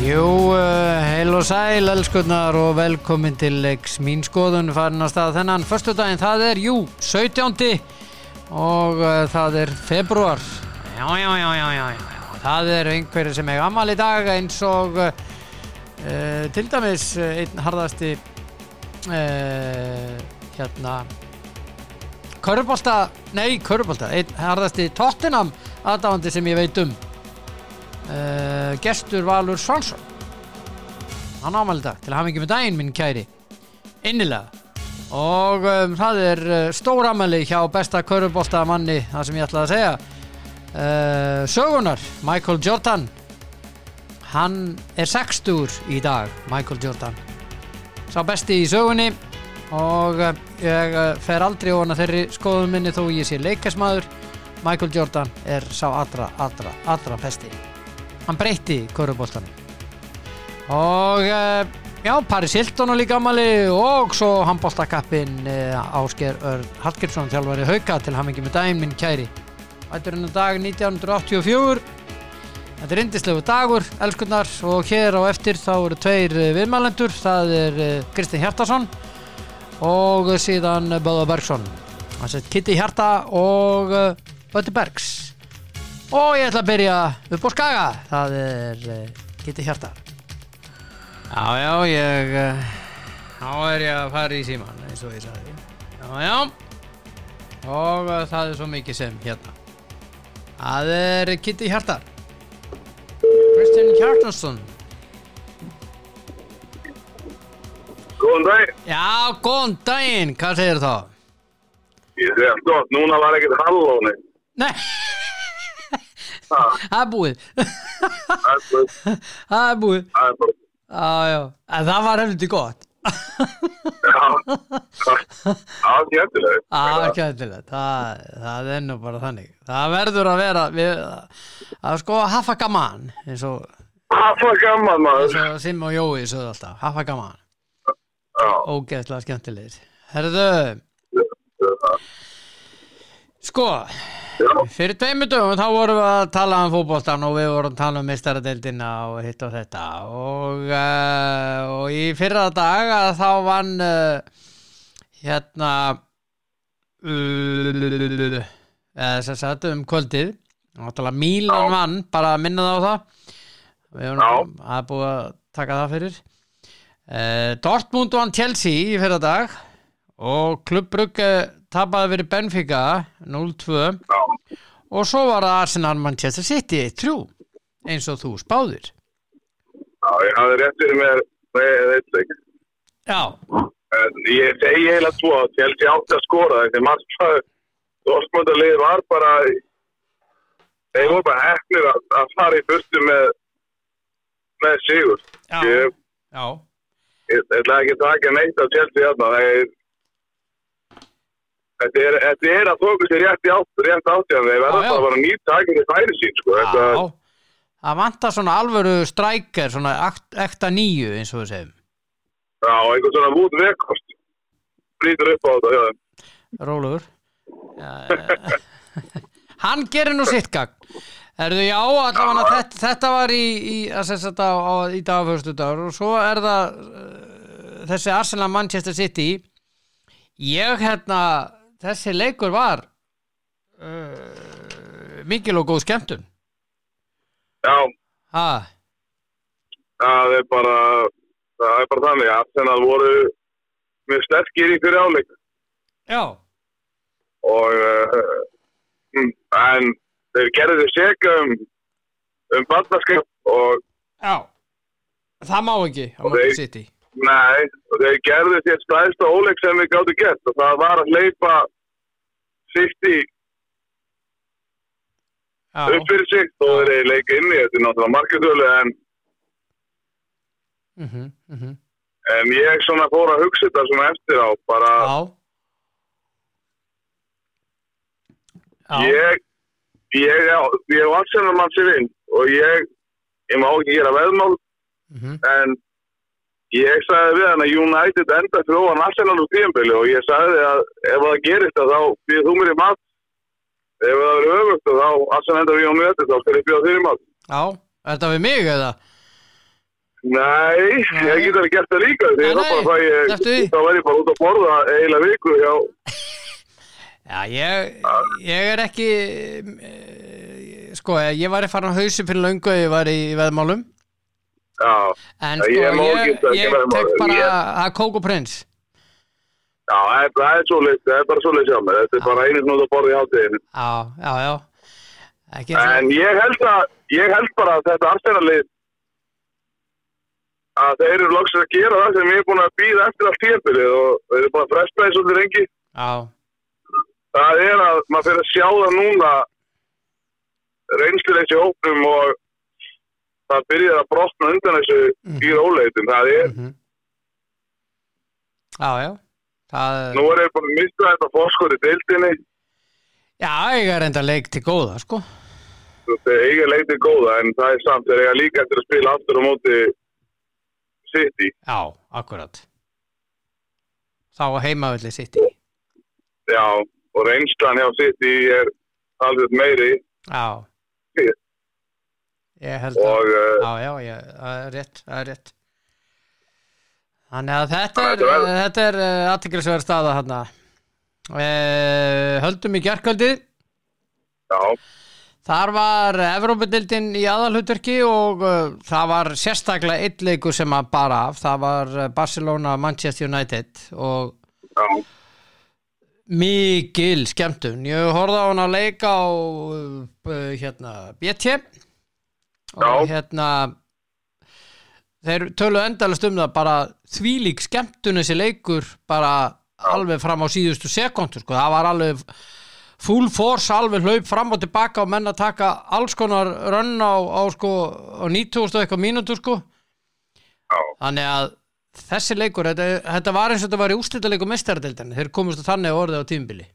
Jú, eh, heil og sæl, elskunnar og velkomin til leiks mín skoðun farin að stað þennan. Förstu daginn, það er, jú, 17. og uh, það er februar. Já, já, já, já, já, já. Það eru einhverju sem eiga amal í dag eins og uh, til dæmis eh, einn harðasti uh, hérna Körubolta, nei, Körubolta, einn harðasti Tottenham aðdáandi sem ég veit um uh, gestur Valur Svansson hann ámæli dag til að hafa ekki með daginn minn kæri innilega og um, það er uh, stór ámæli hjá besta körubolta manni það sem ég ætlaði að segja uh, sögunar, Michael Jordan hann er 60 í dag, Michael Jordan sá besti í sögunni og uh, ég uh, fer aldrei ofan að þeirri skoðum minni þó ég sé leikasmaður Michael Jordan er sá allra, allra, allra besti hann breytti körubóltan og eh, já, Paris Hilton og líka amali og svo handbóltakappin Ásker Örn Hallgrímsson þjálfari hauka til hamingi með daginn minn kæri Þetta er hennar dag 1984 Þetta er indislegu dagur, elskunnar og hér á eftir þá eru tveir eh, viðmælendur það er eh, Kristinn Hjartarsson og síðan Böða Bergsson hann sett Kitty Hjarta og eh, Bötti Bergs Og ég ætla að byrja upp á skaga Það er uh, Kitty Hjarta Já, já, ég eh, Þá er ég að fara í síman eins og ég sagði Já, já Og uh, það er svo mikið sem hérna Það er Kitty Hjarta Kristinn Hjartansson Góðan dag. Já, góðan daginn, hvað segir þá? Ég er gott, núna var ekkert hallóni. Nei, Ha, það er búið Það er bara- Það er búið það er bara, Já, já, en það var helviti gott já, það- það er skemmtilegt. Já, skemmtilegt, það, það er nú bara þannig Það verður að vera við, að sko hafa gaman eins og, Það var gaman eins maður. og Sim og Jói sögðu alltaf, hafa gaman Já, ógeðslega skemmtilegir Herðu, sko já, fyrir tveimur dögum þá vorum við að tala um fótboltan og við vorum að tala um mistaradeildina og hitt og þetta og, uh, og í fyrra dag að þá vann uh, hérna eða sem sagt um kvöldið náttúrulega Mílan vann bara að minna það á það við erum að búið að taka það fyrir uh, Dortmund vann Chelsea í fyrra dag og klubbrugge tapaði fyrir Benfica 0-2 já. og svo var það Arsenal Manchester City 1-3 eins og þú spáðir Já, ég hafði rétt fyrir mér með eitt leik. já, En ég segi eiginlega tvo að ég held ég átti að skora þessi margstæðu. Dortmundarlið var bara, þeir voru bara hefnir að, að fara í fyrstu með, með sigur. Já. Ég já, Ég ég ætla ekki að taka neitt af Chelsea hérna. Það er, þetta, er, þetta er að fókus er rétt í átt, rétt átt hérna. Þeir verða Já, já. bara að bara nýta takin í færi sín, sko. Þetta, já. það vantar svona alvöru strækjar svona akt- ekta nýju eins og við segjum já, einhvern svona vút vekkost. Brýtur upp á þetta, já. Rólur Hann gerir nú sitt gang Erðu já, allavega þetta, þetta var í, í, að sem sagt á, á, í dag og fyrstu dagur og svo er það uh, þessi Arsenal Manchester City ég hérna þessi leikur var uh, mikil og góð skemmtun Já, ha, það er bara, það er bara þannig. Arsenal voru mjög sterkir í fyrir áleik. Já, og uh, mm, en þeir gerðu þau seka um, um barnaskap og já Það má ekki á Og Manchester þeir- City Nei, og þeir gerðu sér stæðsta óleik sem við gáttu gert og það var að hleypa City Já, upp fyrir sig og þeir eru leika inn í þetta er náttúrulega markatölu en, mhm, mhm en ég svona fór að hugsa þetta svona eftir á bara Já Já, ég ég, já, ég hef allsennar mann sér inn og ég, ég má ekki gera veðmál mhm. en ég sagði við hann að United enda fyrir ofan Arsenal úr tíðanbili og ég sagði að ef það gerist að þá býð þú mér í mat ef það verður öfugt að þá Arsenal enda við á mjöti þá skal ég býða þér í mat já, er þetta við mig eða? Nei, ég get alveg gert það líka því Nei, þá nei, bara fæ ég, slepptu því. þá verð ég bara út að borða eiginlega viku já, Já, ég, ég er ekki, eh, sko, ég var í farin á hausin fyrir löngu að ég var í veðmálum, já, en Já, sko, ég, ég er ég, móðgift ekki veðmálum, tek bara ég- að Coco Prince. já, það er- það er svo leitt, það er bara svo leitt hjá mér, þetta er bara einu sem út að borða í hátíðinu. Já, já, já. Ekki eins og- En ég held að, ég held bara að þetta afstæðarlið, að þeir eru loksins að gera það sem ég er búin að býða eftir allt tíðanbilið og þeir eru búin að fresta þessu allir rengi. Já, það er að maður fyrir að sjá það núna reynsluleysi í hópnum og það byrjar að brotna undan þessu í róleitum það er, mhm. já, já. Það, nú er ég bara að mista þetta fórskot í deildinni já, ég er enda leik til góða, sko. þetta er eiga leitið góða en það er samt þegar ég líka eftir að spila aftur á móti City Já, akkurat. Þá heimavöldi sitt í. já, og reynslan hjá City er alveg meiri Já. Ég held að, og uh, já, já, ég, það er rétt, það er rétt. Þannig að þetta er, Þetta verður- þetta er aðtiklisverð staða hann að. Höldum í gerkvöldi. já, Þar var Evrópudildin í aðalhutverki og uh, það var sérstaklega einn leikur sem að bara af. Það var eh, Barcelona-Manchester United og já, mikil skemmtun. Ég horfði á hann að leika á uh, hérna, BT og Já. hérna þeir tölu endalast um það bara þvílík skemmtun þessi leikur bara alveg fram á síðustu sekundur sko. það var alveg full force alveg hlaup fram og tilbaka og menn að taka alls konar rönn á, á, sko, á 90 og eitthvað mínútur sko. já, Þannig að þessi leikur, þetta, þetta var eins og þetta var í úrslitaleiku mestaradildin, þeir komust að þannig orðið á tímbili.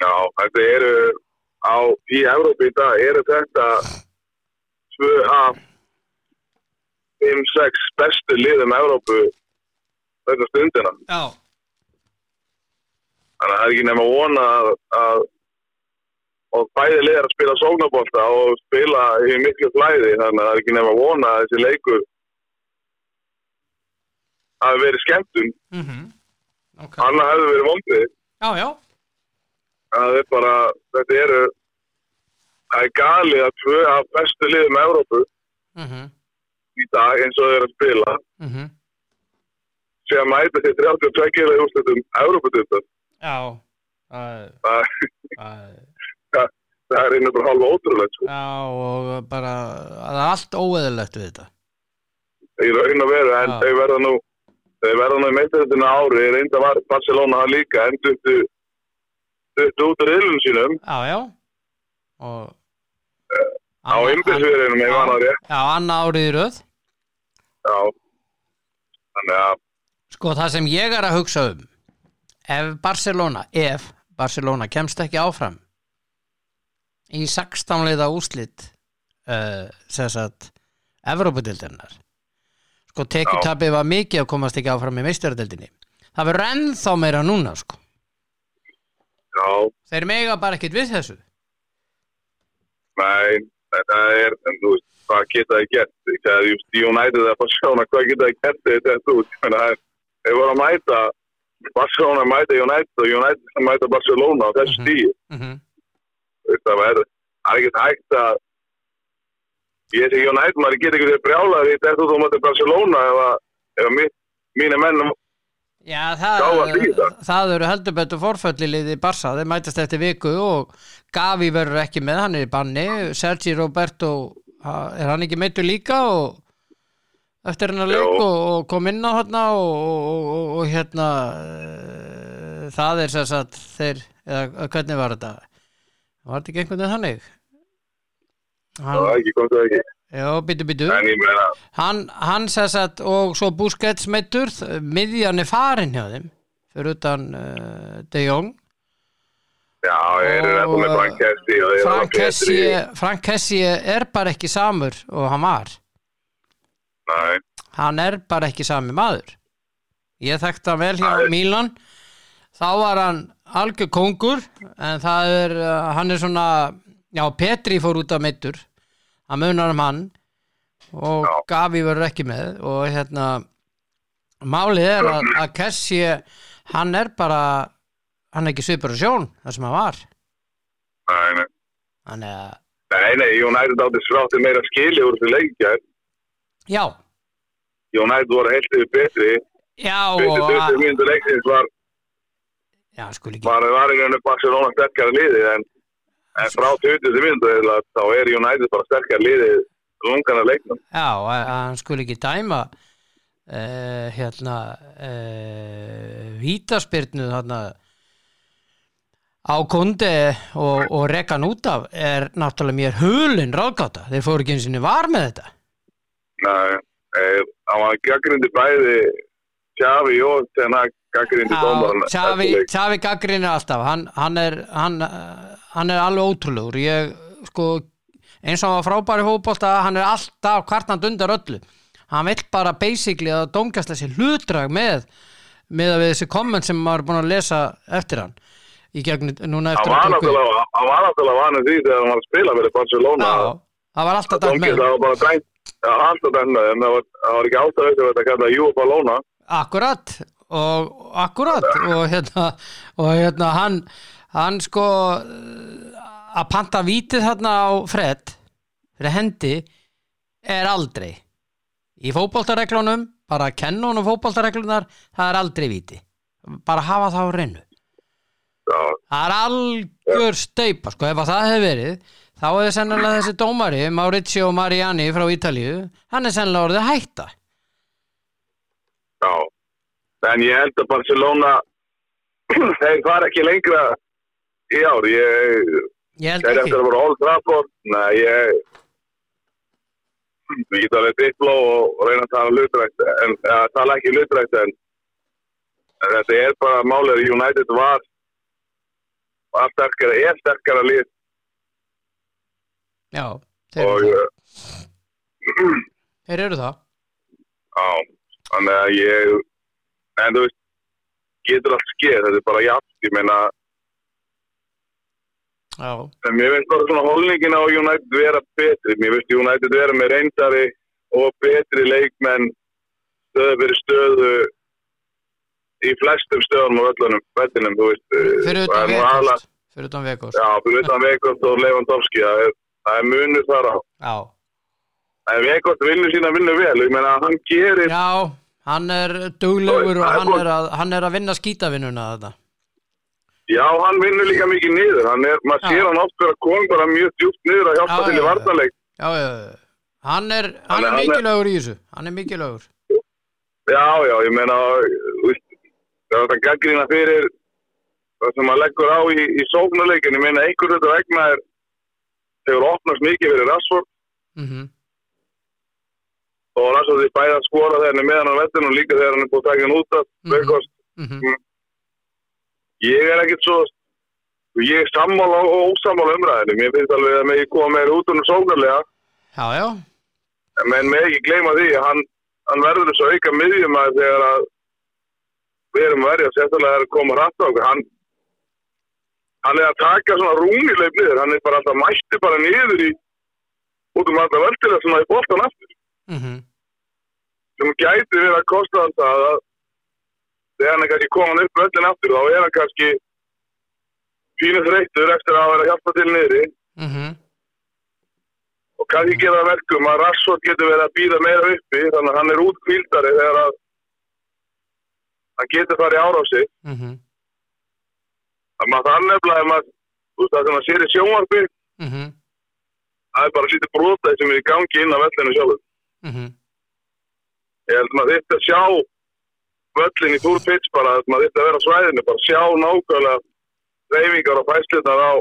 já þetta eru á, í Európi í dag eru þetta 2 af 5-6 bestu liðum Európu þetta stundina Já, þannig að það er ekki nema vona að, að og bæði liðar að spila sóknabólta og spila í miklu flæði þannig að það er ekki nema vona að þessi leikur að verið skemmtun mm ok. annað hefði verið vondið Já, já, það er bara, þetta eru það er galið að tvö af bestu liðum Európu mm -hmm. í dag eins og þau eru að spila Mhm. sem að mæta til 32 kila í úrslutum Európa-dildar já, það, það, það, það er einu bara hálfa ótrúlega sko, já, og bara, það er allt óeðilegt við þetta. í raun og veru en Já. þau verða nú þau verða nú í meittöndina ári reynda var Barcelona það líka en duttu duttu út úr yðlum sínum Já, já, og... á ymbisverðinum ef hann ári Já, annað árið í röð. já þannig að Sko það sem ég er að hugsa um ef Barcelona ef Barcelona kemst ekki áfram í 16 leiða úslit uh, sem sagt Evrópudildirnar sko tekjutabbi var mikið að komast ekki áfram í meistjördildinni það verður ennþá meira núna sko já, þeir mega bara ekkert við þessu nei, þetta er en þú veist, hvað geta það gert þegar þú veist, United eða Barcelona hvað geta það gert þegar þetta út Ég meina, það er- þau voru að mæta Barcelona mæta United og United mæta Barcelona á þessu Mhm. stíð mm Veist, það er, það er ekkert hægt að ég sé Jón Ætmar ég get ekki verið brjálaður í þetta þú mætti Barcelona ef, að, ef mitt, mínu menn Já, það, Já, að líða. það eru heldur betur forfölliliði Barsa, þeir mætast eftir viku og Gavi verður ekki með, hann er í banni Sergi Roberto ha- er hann ekki meittur líka og eftir hennar leik Jó. og, og kom inn á hérna og, og, og, og hérna eh, það er sér satt þeir, eða hvernig var þetta var þetta ekki einhvern veginn þannig það hann, er ekki komst það ekki já, býtu, býtu en ég meina hann, hann sér satt og svo Busquets meittur, þ- miðjan er farin hjá þeim, fyrir utan uh, De Jong já, ég Og, er þetta með Frank Kessi og ég er Frank það Petri Kessie, Frank Kessie er bara ekki samur og hann var nei, hann er bara ekki sami maður ég þekkti hann vel hjá Nei. Milan þá var hann algjör kongur en það er, uh, hann er svona já, Petri fór út af meittur hann munar um hann og Já. Gavi verður ekki með og hérna málið er að, að Kessi hann er bara hann er ekki svipur á sjón það sem hann var Nei, nei. hann er, Nei, nei, United átti slátti meira skili úr þessu leikja. já, United voru heilt yfir betri. já Fyrstu og 20 mínútu leiksins var, já, skul ekki, var, var í rauninu Barcelona sterkara liði en, en frá 20 mínútu eiginlega, þá er United bara sterkara liði lungana leiknum. já, að- að hann skul ekki dæma uh, hérna uh, vítaspyrnu þarna á kundi og, og rekkan út af er náttúrulega mér hulin ráðgáta, þeir fóru ekki eins og var með þetta Nei, e, hann var gaggrindi bæði Xavi og þannig að gaggrindi dómarinn. Já, Xavi- Xavi gaggrinir alltaf hann, hann, er, hann, eh, hann er alveg ótrúlegur ég sko eins og hann var frábæri hópólta hann er alltaf kvartand undir öllu hann vill bara basically að dómgæsla sér hlutdrag með með að við þessi komment sem maður er búin að lesa eftir hann í gegn núna Hann eftir var að tóku- náttúrulega hann var náttúrulega vanið því þegar hann var að spila fyrir Barcelona. Já, það var alltaf dæmt Dómkið með það var bara dæmt, já, alltaf dæmt með þeim, það var- það var ekki ástæðið fyrir þetta að kalla Júa Ballóna. Akkurat og akkurat og hérna, og hérna hann, hann sko eh, að panta vítið þarna á Fred fyrir hendi er aldrei í fótboltareglunum, bara að kenna honum fótboltareglunar, það er aldrei víti bara hafa það á reynu Já, það er algjör steipa sko, ef að það hefur verið þá hefur sennilega þessi dómari Maurizio Mariani frá Ítalíu hann er sennilega orðið að hætta já. En ég held að Barcelona, þeir fara ekki lengra í ár. Ég, ég held þeir ekki eftir að vera Old Trafford, nei, ég, ég get alveg dribbla og reyna að tala hlutrækt, en að tala ekki hlutrækt, en, en þetta er bara málið að United var, var sterkara, er sterkara lið Já, þeir og... eru það, eh, þeir eru það. Já, þannig að ég, en þú veist, getur allt skeið, þetta er bara jafn, ég meina, Já, en mér finnst bara svona holningin á United vera betri, mér finnst United vera með reyndari og betri leikmenn stöðu fyrir stöðu í flestum stöðum og öllunum, vellinum, þú veist. eh, fyrir það utan er nú aðalega- vekost fyrir utan vekost, Já, fyrir utan Vekost og Lewandowski, það er, það er munur þar á. já En Vekost vinnur sína vinnu vel, ég meina, hann gerir, já, hann er duglegur og Oj, það er hann gott. er að, hann er að vinna skítavinnuna þetta Já, hann vinnur líka mikið niður. Hann er, maður Já. sér hann oft vera kom bara mjög djúpt niður að hjálpa Já, til já, í já. varnarleik. já, já, já, hann er hann er Þannig að hann er- mikilögur í þessu, hann er mikilögur Já, já, ég meina, þú veist, það er þetta gaggrína fyrir það sem maður leggur á í, í sóknarleikin. Ég meina, einhvern þetta vegna er, hefur opnast mikið fyrir Rassford mhm, og Rassford er bæði að skora þegar hann er meðan á vettinu og líka þegar hann er búið að taka hann út af. Mhm. Mm mhm, Ég er ekkert svo, ég er sammála og ósammála umræðinu. Mér finnst alveg að mig koma meira út um sóknarlega. já, já menn með ekki gleyma því að hann, hann verður þess að auka miðjum að þegar að við erum að verja sérstaklega þegar að koma rætt á okkur hann, hann er að taka svona rúnileip niður, hann er bara alltaf mætti bara niður í út um alltaf völdilega svona í boltan aftur mhm, sem gæti verið að kosta hann það að þegar hann er kannski komin upp völdin aftur þá er hann kannski fínu þreyttur eftir að vera að hjálpa til niðri mhm og kannski gera það verkum að Rashford getur verið að býða meira uppi þannig að hann er útkvíldari þegar að hann getur farið ára á sig mhm, að maður þarf nefnilega að maður þú veist það sem maður sér í sjónvarpi mhm, það er bara lítið brotæð sem er í gangi inn á vellinu sjálfur mhm ég held að maður þyrfti að sjá völlin í full pitch bara að maður þyrfti að vera á svæðinu bara sjá nákvæmlega reyfingar og fæslunar á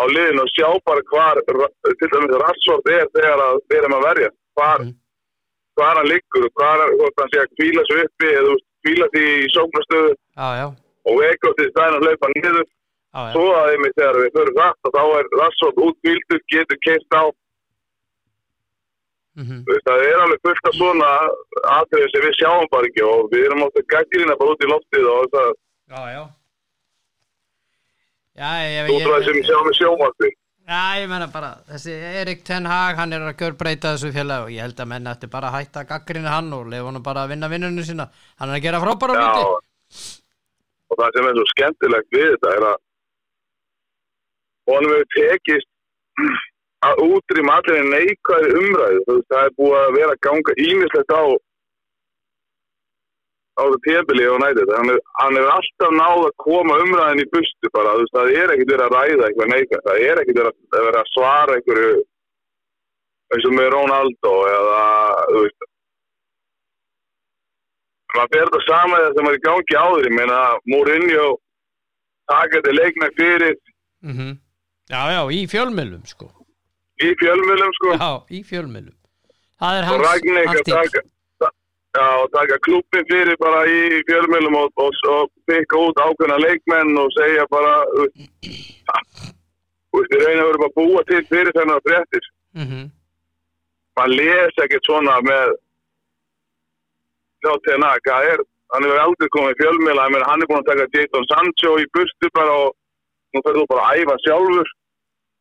á liðinu og sjá bara hvar til dæmis Rashford er þegar að við erum að verja hvar Mhm. hvað hann liggur, hvað hann, hvort hann sé að kvíla svo uppi eða kvíla því í sóknastöðu já, já, og vekast í stæðin að hlaupa niður já, já svo að einmitt þegar við förum rætt og þá er Rassot útkvíldur, getur keist á mhm, Þú veist, það er alveg fullt af svona atriðum sem við sjáum bara ekki og við erum átt að gaggrina bara út í loftið og það já, já já, ég, út frá ég, þessum sjáum við sjómarfi Já, ég menna bara, þessi Erik Ten Hag, hann er að gjörbreyta þessu fjöla og ég held að menna eftir bara að hætta að gaggrinu hann og lefa hann bara að vinna vinnunum sína. Hann er að gera frábæra Já, hluti. og það sem er svo skemmtilegt við þetta er að honum hefur tekist að útrýma allir neikvæði umræðu. Þú veist, það er búið að vera að ganga ímislegt á á það tefili og nætið þetta. Hann, er- hann hefur alltaf náð að koma umræðin í bustu bara. Þú veist, það er ekkert verið að ræða eitthvað neikvæð. Það er ekkert verið að, að vera að svara einhverju eins og með Ronaldo eða, þú veist, maður fer þetta sama þegar sem er í gangi áður ég meina Mourinho takaði leikna fyrir Mm Já, já, í fjölmjölum sko. í fjölmjölum sko Já, í fjölmjölum. Það er og hans, Ragnik hans að taka ta- já, og taka klubbin fyrir bara í fjölmjölum og, og, og pikka út ákveðna leikmenn og segja bara þú veist, við reyna að vera bara að búa til fyrir þennan fréttir Mm maður les ekkert svona með þáttina, hvað er hann hefur aldrei komið í fjölmiðla menn hann er búin að taka Jadon Sancho í burtu bara og nú ferðu bara að æfa sjálfur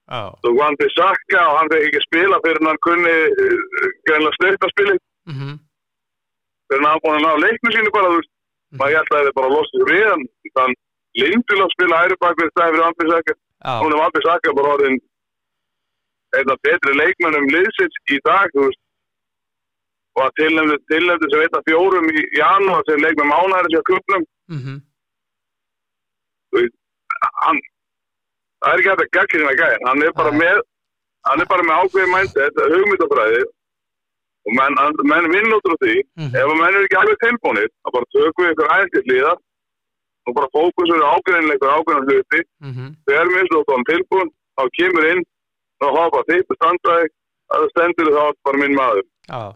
Já, þú hann til sakka og hann fekk ekki spila fyrir hann kunni eh, greinlega stöytaspili mm fyrir hann búin að ná leiknu sínu bara þú veist maður held að þið bara losið við hann þann Lindur að spila æri bak við stæði fyrir Andri Sakka já, hún er Andri Sakka bara orðin einn af betri leikmennum liðsins í dag þú veist og að tilnefndi, tilnefndi sem einn af fjórum í janúar sem leik með mánæri sér klubnum mm hann, það er ekki hægt að gagja hérna gæðin, hann er bara Nei. með hann er bara með ákveðin mændi, þetta er hugmyndafræði og menn, hann- menn vinn út úr því, Mhm. ef að menn eru ekki alveg tilbúinir, þá bara tökum við ykkur aðeins til líða og bara fókusur ákveðinleikur ákveðin hluti, Mhm. þegar minnst og hann tilbúin, þá kemur inn og hopa þitt og standaði að það stendur þá ertu bara minn maður já.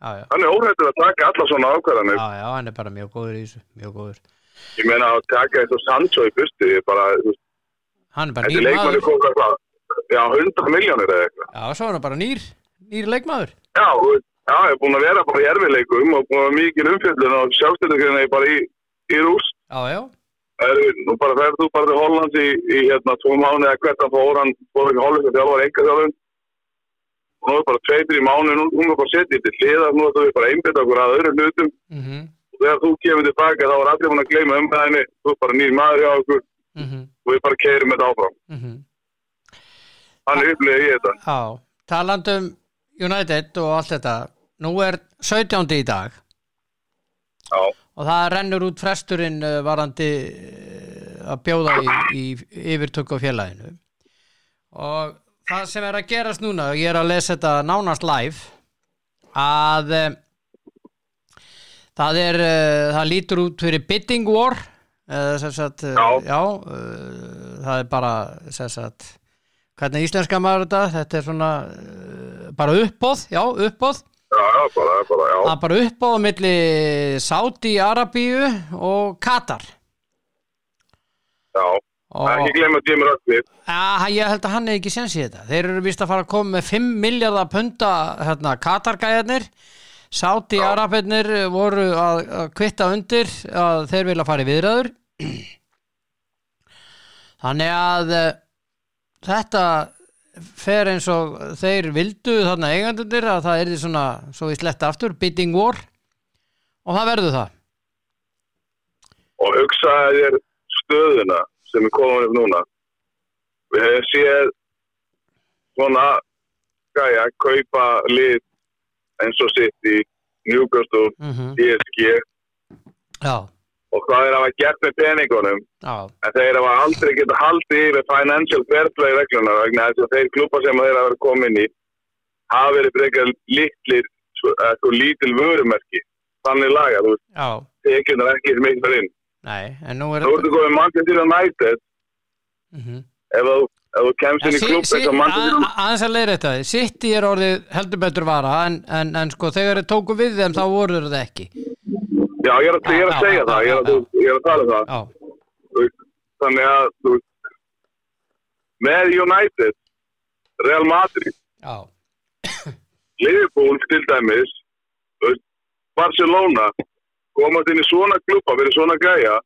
Já, já. hann er óhættur að taka alla svona ákvarðanir Já, já, hann er bara mjög góður í þessu, mjög góður. ég meina að taka eins og Sancho í bustu ég bara, þú veist, Hann er bara þessi nýr leikmanni maður. kóka hvað já, 100 miljónir eða eitthvað Já, svo er hann bara nýr, nýr leikmaður. já, þú veist, já, ég er búin að vera bara í erfiðleikum og búin að vera mikil umfjöldun og sjálfstæðugreina ég bara í, í rúst Já, já, Það eru- nú bara ferð þú bara til Holland í, í hérna tvo mánu eða hvert að fór hann fór ekki Holland að þjálfa enga þjálfum og nú er bara tveitur í mánu nú, nú er bara setið til hliðar, nú ætlum við bara að einbytta okkur að öðrum hlutum mhm, mhm. og þegar þú kemur tilbaka þá er allir búin að gleyma umræðinni þú er bara nýr maður hjá okkur og við bara keirum þetta áfram Mhm. hann er upplifið í þetta Já, talandum United og allt þetta nú er 17. í dag já, og það rennur út fresturinn eh, varandi eh, að bjóða í, í yfirtöku á félaginu og það sem er að gerast núna og ég er að lesa þetta nánast live að eh, það er eh, það lítur út fyrir bidding war eh, sem sagt, eh, Já. já eh, það er bara sem sagt, hvernig íslenska maður þetta þetta er svona eh, bara uppbóð, já uppbóð já, já, bara, bara, já Það er bara uppáð á milli Saudi Arabíu og Katar já, ekki og gleyma Jim Rugby ja, ég held að hann er ekki sens í þetta þeir eru vist að fara að koma með 5 miljardar punta hérna, Katargæðarnir Saudi Arabirnir voru að, að kvitta undir að þeir vilja fara í viðræður þannig að eh, þetta fer eins og þeir vildu þarna eigandundir að það er því svona svo við sletta aftur, bidding war og það verður það og hugsaði þér stöðuna sem er komin upp núna við hefum séð svona gæja kaupa lið eins og sitt í Newcastle, mm PSG Já, og hvað er að hafa gert með peningunum já, en þeir hafa aldrei geta haldið yfir financial fair play regluna vegna þess að þeir klúpa sem þeir hafa verið komin í hafa verið frekar litlir svo, eh, svo lítil vörumerki þannig laga, þú veist, já, tekjurnar ekki sem eitthvað inn nei, en nú er þú ertu komið Manchester United Mhm. ef þú, ef þú kemst En inn í sí- klúb sí- ah, eins og Manchester að- aðeins að leiðra þetta City er orðið heldur betur vara en, en, en sko þegar þeir tóku við þeim þá voru þetta ekki já, ég er að, ég er að segja það ég er að, ég er að tala um það Já, Þú veist, þannig að þú veist, með United Real Madrid já, Liverpool til dæmis þú veist, Barcelona komast inn í svona klubba fyrir svona gæja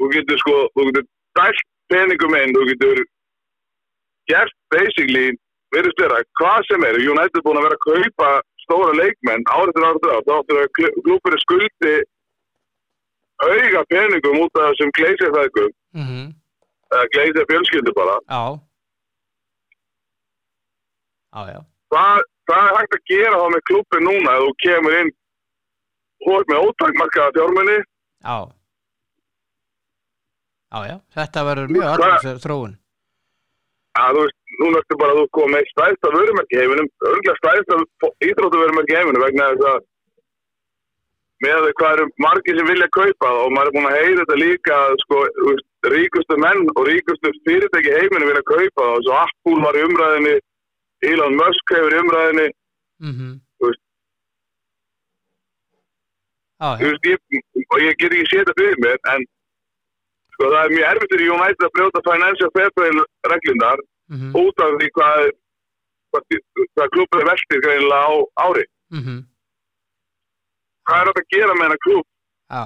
þú getur sko þú getur dælt peningum einn, þú getur gert basically, verðist vera, hvað sem er, United er búin að vera að kaupa stóra leikmenn árið til árið til árið, þá áttur að klúpur skuldi auga peningum út af þessum gleisir þægum, mm eða gleisir fjölskyldu bara. Já Já, já Hvað, hvað er hægt að gera þá með klúpi núna ef þú kemur inn og er með ótakmarkaða fjármunni? Já Já, já, þetta verður mjög Hvað- aðeins þróun að þú veist, núna ertu bara að þú kom með stæðsta vörumerki í heiminum, örgulega stæðsta íþróttu vörumerki í heiminum vegna þess að með því hvað eru margir sem vilja kaupa það og maður er búin að heyra þetta líka að, sko, þú veist, ríkustu menn og ríkustu fyrirtæki í heiminum vilja kaupa það og svo Apple var í umræðinni Elon Musk hefur í umræðinni mm Þú veist. Já, þú já, veist, ég, og ég get ekki séð þetta fyrir mér en sko, það er mjög erfitt fyrir United að brjóta financial fair play reglindar mhm, út af því hvað hvað, hvað klubbuði veltir greinilega á ári mhm hvað er þetta að gera með hennar klub Já,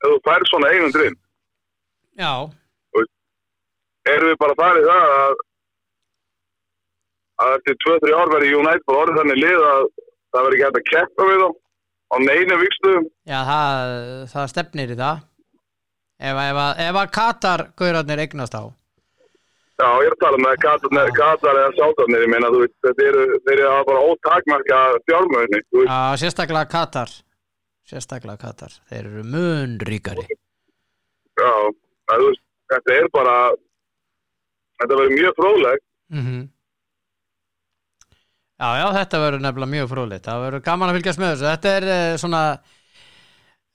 ef þú fær svona eigendrinn? já, Erum við bara að fara í það að að eftir 2-3 ár verði United bara orðið þannig lið að það verði ekki hægt að keppa við þá á neina vikstuðum já það, það stefnir í það Ef, að- ef, að- ef að Katar-gaurarnir eignast á Já, ég er að tala með Katar, Já. Katar eða Sátarnir, ég meina, þú veist, þetta eru, þeir eru að bara ótakmarka fjármöðinni, þú veist, Já, sérstaklega Katar Sérstaklega Katar, þeir eru mun ríkari já, að, þú veist, þetta er bara, þetta verður mjög fróðlegt, Mhm. Já, já, þetta verður nefnilega mjög frólitt. Það verður gaman að fylgjast með þessu. Þetta er eh, svona,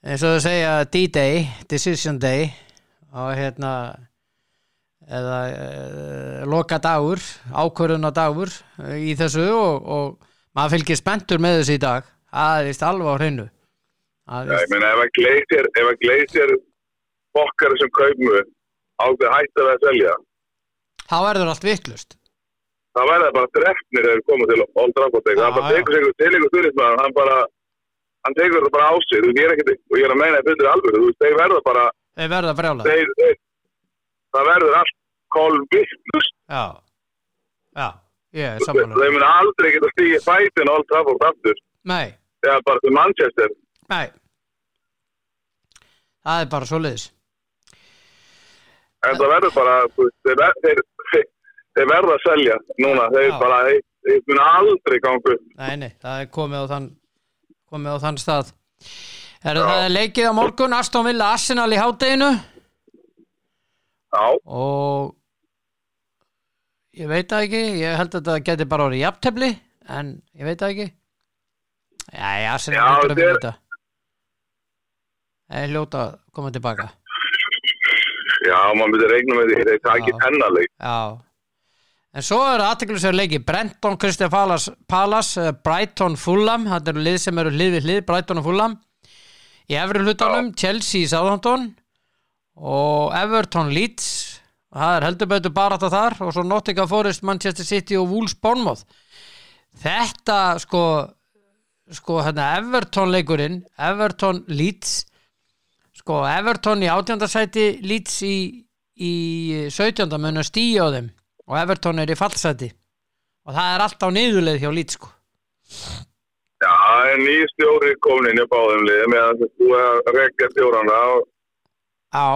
eins og þau segja, D-Day, Decision Day og hérna, eða e, loka dagur, ákvörðuna dagur eh, í þessu og, og maður fylgir spenntur með þessu í dag. Það er vist alveg á hreinu. Það Já, er ég víst- meina, ef að gleysir, ef að gleysir fokkar sem kaupmu ákveð hættar að selja, Þá verður allt vittlust. það verða bara drefnir þegar þeir koma til Old Trafford Já, það bara já. tekur sig einhver til einhver stuðnismæður hann bara, hann tekur þetta bara á sig þú veist, ég er ekkert, og ég er að meina þetta fyrir alveg þú veist, þeir verða bara, Þeir verða brjálað. þeir, þeir það verður allt kolvillust Já, já, ég er þeir sammálaður. mun aldrei geta stíði fætin Old Trafford aftur, Nei. þegar bara til Manchester Nei Það er bara svoleiðis en það verður bara, þú veist, þeir, ver- þeir, þeir, þeir verða að selja núna þeir Já. bara, þeir, þeir mun aldrei gangu Nei, nei, það er komið á þann komið á þann stað Er það er leikið á morgun Aston Villa Arsenal í hádeginu já, og ég veit það ekki, ég held að það geti bara orðið jafntefli, en ég veit það ekki Jæja, Arsenal Já, hljóta að vinna þetta þetta Það er hljóta að koma tilbaka já, maður myndir regnum með því þeir takir Já. pennaleg Já En svo eru aðteklisverð leiki Brenton, Kristján Palace, Palace eh, Brighton, Fulham Þetta eru lið sem eru lið við hlið, Brighton og Fulham Í efri hlutunum, Chelsea í Southampton og Everton Leeds og það er heldur betur bara þetta þar og svo Nottingham Forest, Manchester City og Wolves Bournemouth Þetta sko sko hérna Everton leikurinn Everton Leeds sko Everton í 18. sæti Leeds í, í 17. mun að stíja á þeim og Everton er í fallsæti og það er allt á niðurleið hjá Leeds sko Já, það er nýjur stjóri komin inn í báðum liðum eða þess að þú er að rekja stjórana og Já,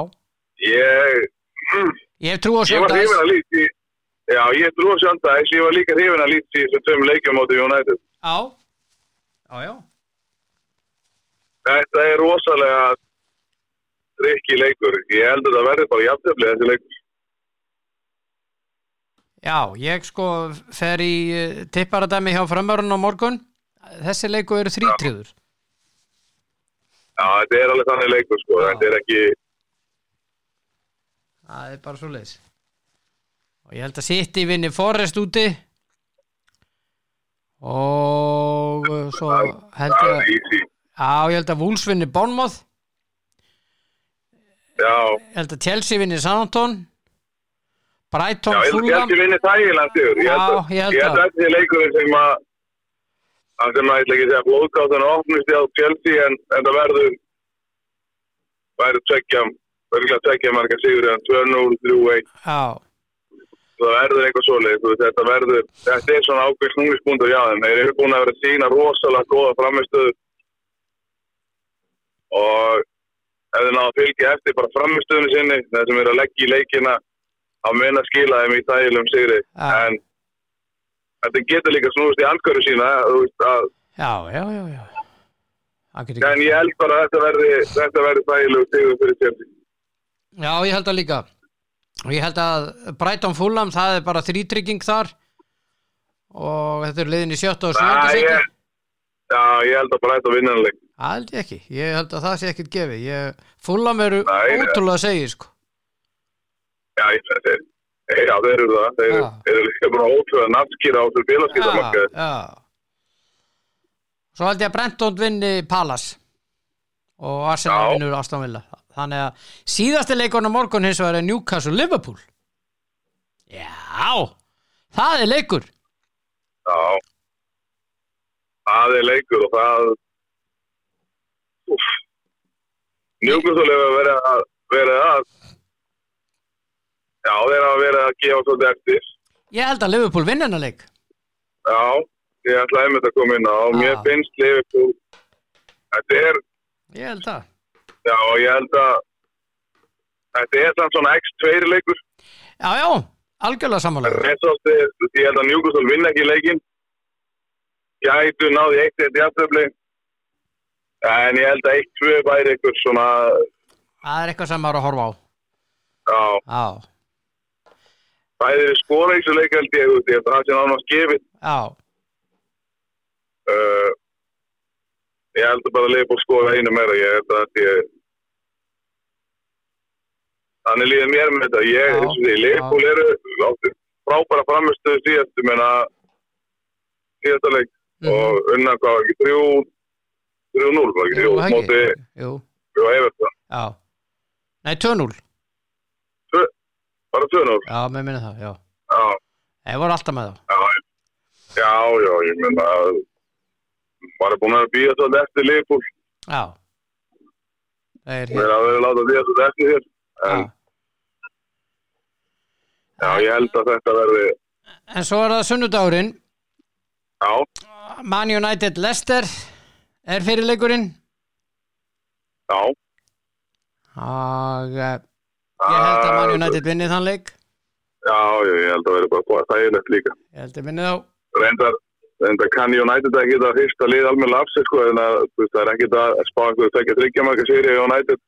ég, ég hef trú á ég var sjöndags hrifin að líti Já, ég trú að sjönda þess, ég var líka hrifin að líti þessum tveim leikjum átum United Já, já, já Þetta er rosalega rikki leikur, ég held að það verði bara jafntefli þessi leikur Já, ég sko fer í eh, tipparadæmi hjá framörun á morgun þessi leiku eru þrítriður Já, þetta er alveg þannig leikur sko, Já. þetta er ekki það er bara svo leis og ég held að sitt í vinni forrest úti og eh, svo held það ég er að easy já, ég held að Wolves vinni Bournemouth Já, ég held að Chelsea vinni Southampton já, Brighton ég held að Fulham Chelsea vinni Þægiland sigur Ég held að- Já, ég held ég held að að. þetta er leikurinn sem að að sem að ég ætla ekki að segja blóðkáttan opnust á Chelsea en, en það verður verður tveggja örgulega tekið marga sigur en 2-0, 3-1 Já, það verður eitthvað svoleið þetta verður, þetta er svona ákveð snúlispunktur hjá þeim, þeir eru búin að vera að sína rosalega góða framistöðu og ef þeir náðu að fylgja eftir bara framistöðunni sinni, þeir sem eru að leggja í leikina að minna skila þeim í þægilegum sigri, Já. en þetta getur líka snúist í andkörðu sína þú veist, að, já, já, já, já. Það getur en ekki- ég held bara að þetta verði þetta verði þægilegu sigur fyrir tjöldi Já, ég held að líka og ég held að Brighton Fulham það er bara þrítrygging þar og þetta er liðin í sjötta og sjötta Já, ég- seti já, ég held að bara þetta vinnanleik Það held ég ekki, ég held að það sé ekkert gefið ég, Fulham eru Nei, nei. ótrúlega að segja sko. Já, ég fæði þeir. Já, þeir eru það. Þeir Já. þeir eru líka bara ótrúið að nafnskýra á þessu já, félagskýramarkaði. já. Svo held ég að Brenton vinni Palace og Arsenal Já. vinnur Aston Villa þannig að síðasti leikurinn á morgun hins vegar er Newcastle Liverpool Já það er leikur Já. Það er leikur og það... Úff. Newcastle hefur verið að... Verið að já, þeir hafa verið að gefa svolítið eftir. Ég held að Liverpool vinna hennar leik Já, ég ætla einmitt að koma inn á. Já. Mér finnst Liverpool... Þetta er... Ég held það Já, ég held að... Þetta er samt svona X2 leikur. Já, já, algjörlega samanlega Messotti, ég held að Newcastle vinna ekki leikinn. Gætu náði eitt eitt jafnöfli. En ég held að eitt tvö væri ykkur svona, Það er eitthvað sem maður er að horfa á já, Já, bæði við skora í þessu leik held ég, þú veist, ég held að það sé nánast gefið. já, Uh, ég held að bara leiði búið skora einu meira, ég held að þetta ég... Þannig líður mér með þetta, ég, Já, eins og því, já. leifból eru áttu frábæra framistuðu síðast, ég meina, síðasta leik. Mhm. og unna hvað ekki 3 3-0 var ekki Jú, 3 það móti ekki. Jú, og Everton já Nei, 2-0, Tvö- bara 2-0 já, mér minni það, já já, Ég var alltaf með það já, já, já, ég menna bara búin að býja svolítið eftir Leifbúl Já Það er við erum að vera að láta býja svolítið eftir hér en já. já, ég held að þetta verði En svo er það sunnudagurinn já, Man United Leicester er fyrirleikurinn já og eh, ég held að Man United vinni þann leik já, Ah, já, ég held að verði bara búið þægilegt líka Ég held að vinni þá reyndar reyndar kann United ekki það fyrsta lið almenna af sig sko, en að, þú veist, það er ekki að spá einhverju tvekja þryggja marka séri á United,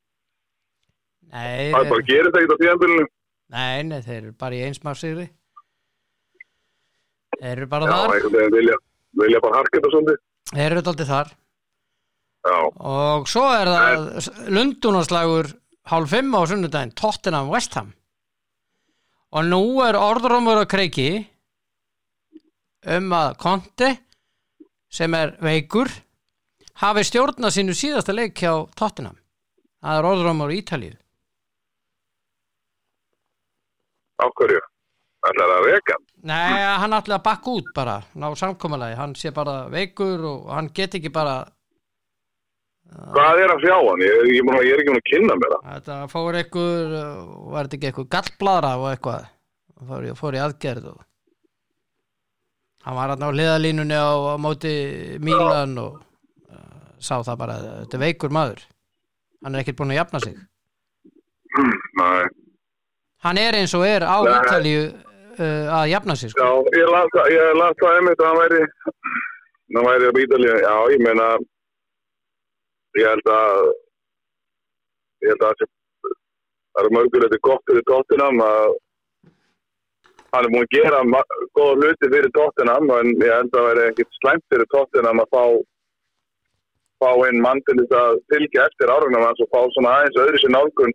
Nei, það er bara þeir- gerist ekkert á tíðanbílinu nei, nei, þeir eru bara í einsmarsýri Þeir eru bara Já, þar einhvern veginn vilja, vilja bara harka þetta svolítið. Þeir eru daldið þar Já, og svo er það Lundunarslagur hálf fimm á sunnudaginn Tottenham West Ham og nú er orðrómur að kreiki um að Conte sem er veikur hafi stjórnað sínu síðasta leik hjá Tottenham það er orðrómur í Ítalíu á hverju? Ætlar það að reka? hann? Nei, hann ætlaði að bakka út bara ná samkomalagi, hann sé bara veikur og hann get ekki bara Hvað er að fjá hann? Ég, ég, ég, ég er ekki múin að kynna mér það. þetta fór eitthvað var þetta ekki eitthvað gallbladra og eitthvað Hann fór, í- fór í aðgerð og hann var hann á hliðalínunni á, á móti Mílan og uh, sá það bara þetta er veikur maður hann er ekkert búin að jafna sig Nei, hann er eins og er á Nei. Ítalíu uh, að jafna sig sko. já, ég las það- ég las það einmitt að hann væri, hann væri að býta líka. Já, ég meina, ég held að, ég held að það sé- það er mörguleiti gott fyrir Tottenham að hann er búin að gera ma- góða hluti fyrir Tottenham en ég held að það væri ekkert slæmt fyrir Tottenham að fá fá einn mann til þess að fylgja eftir áraunum hans og fá svona aðeins öðru sér nálgun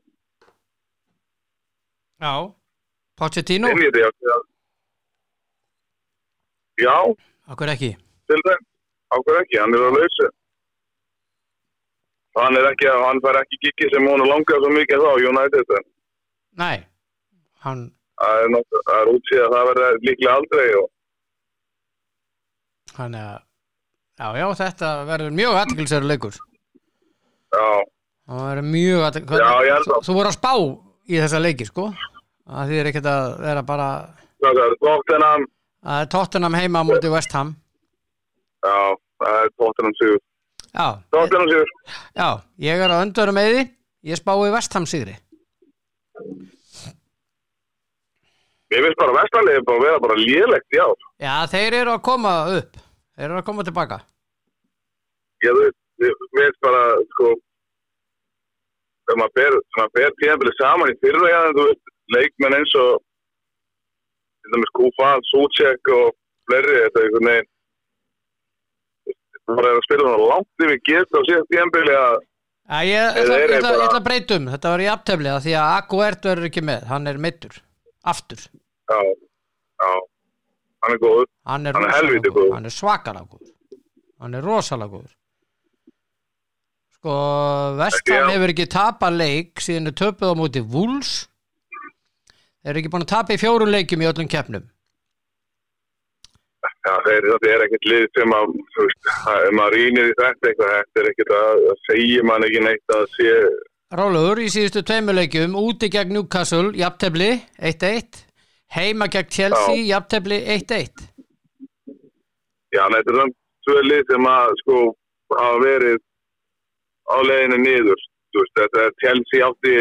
já Pochettino, inn í því að Já, okkur ekki til þeim Ákveð ekki, hann er á lausu Hann er ekki, hann fær ekki gigi sem hún langar svo mikið þá, United en nei, hann það er, nokkuð- það er útsýð að það verður líklega aldrei og hann er já, já, þetta verður mjög aðtiklisverður leikur já, og það er mjög að, Já, ég held þú, að- þú voru að spá í þessa leiki sko að því er ekkert að vera bara Það er tóttinam, að Tottenham heima á móti West Ham já, það er tóttinam sigur. já, Tóttinam sigur, já, ég er á öndurum með því ég spái West Ham sigri ég finnst bara vestanlega bara að vera bara lélegt, já. já, þeir eru að koma upp þeir eru að koma tilbaka ég þú veist, ég- mér finnst bara, sko, þegar maður ber, þegar maður ber tíðanbilið saman í fyrra, já, þú veist, leikmenn eins og, til dæmis Kúfan, Súcek og fleiri, þetta er einhvern veginn, það er að spila svona langt yfir geta á síðan tíðanbilið að, já, ég ætla Þeir ég eru ætla- bara- ég ætla að breyta um þetta var í aftefli að því að Aguert verður ekki með hann er meittur, aftur já, já, hann er góður, hann er, Hann er rosalega helviti góður. góður. hann er svakalega góður hann er rosalega góður sko Vestam Já. hefur ekki tapa leik síðan er töpuð á móti Vúls þeir eru ekki búin að tapa í fjórum leikjum í öllum keppnum já, þeir, þetta er ekkert lið sem að, þú veist, að- ef maður rýnir í þetta eitthvað, þetta er ekkert að, að segja mann ekki neitt að sé, Rólaugur í síðustu tveimur leikjum úti gegn Newcastle, jafntefli 1-1, heima gegn Chelsea jafntefli 1-1 Já, nei, þetta er samt tvö lið sem að sko hafa verið á leiðinu niður. Þú veist, þetta er Chelsea átti,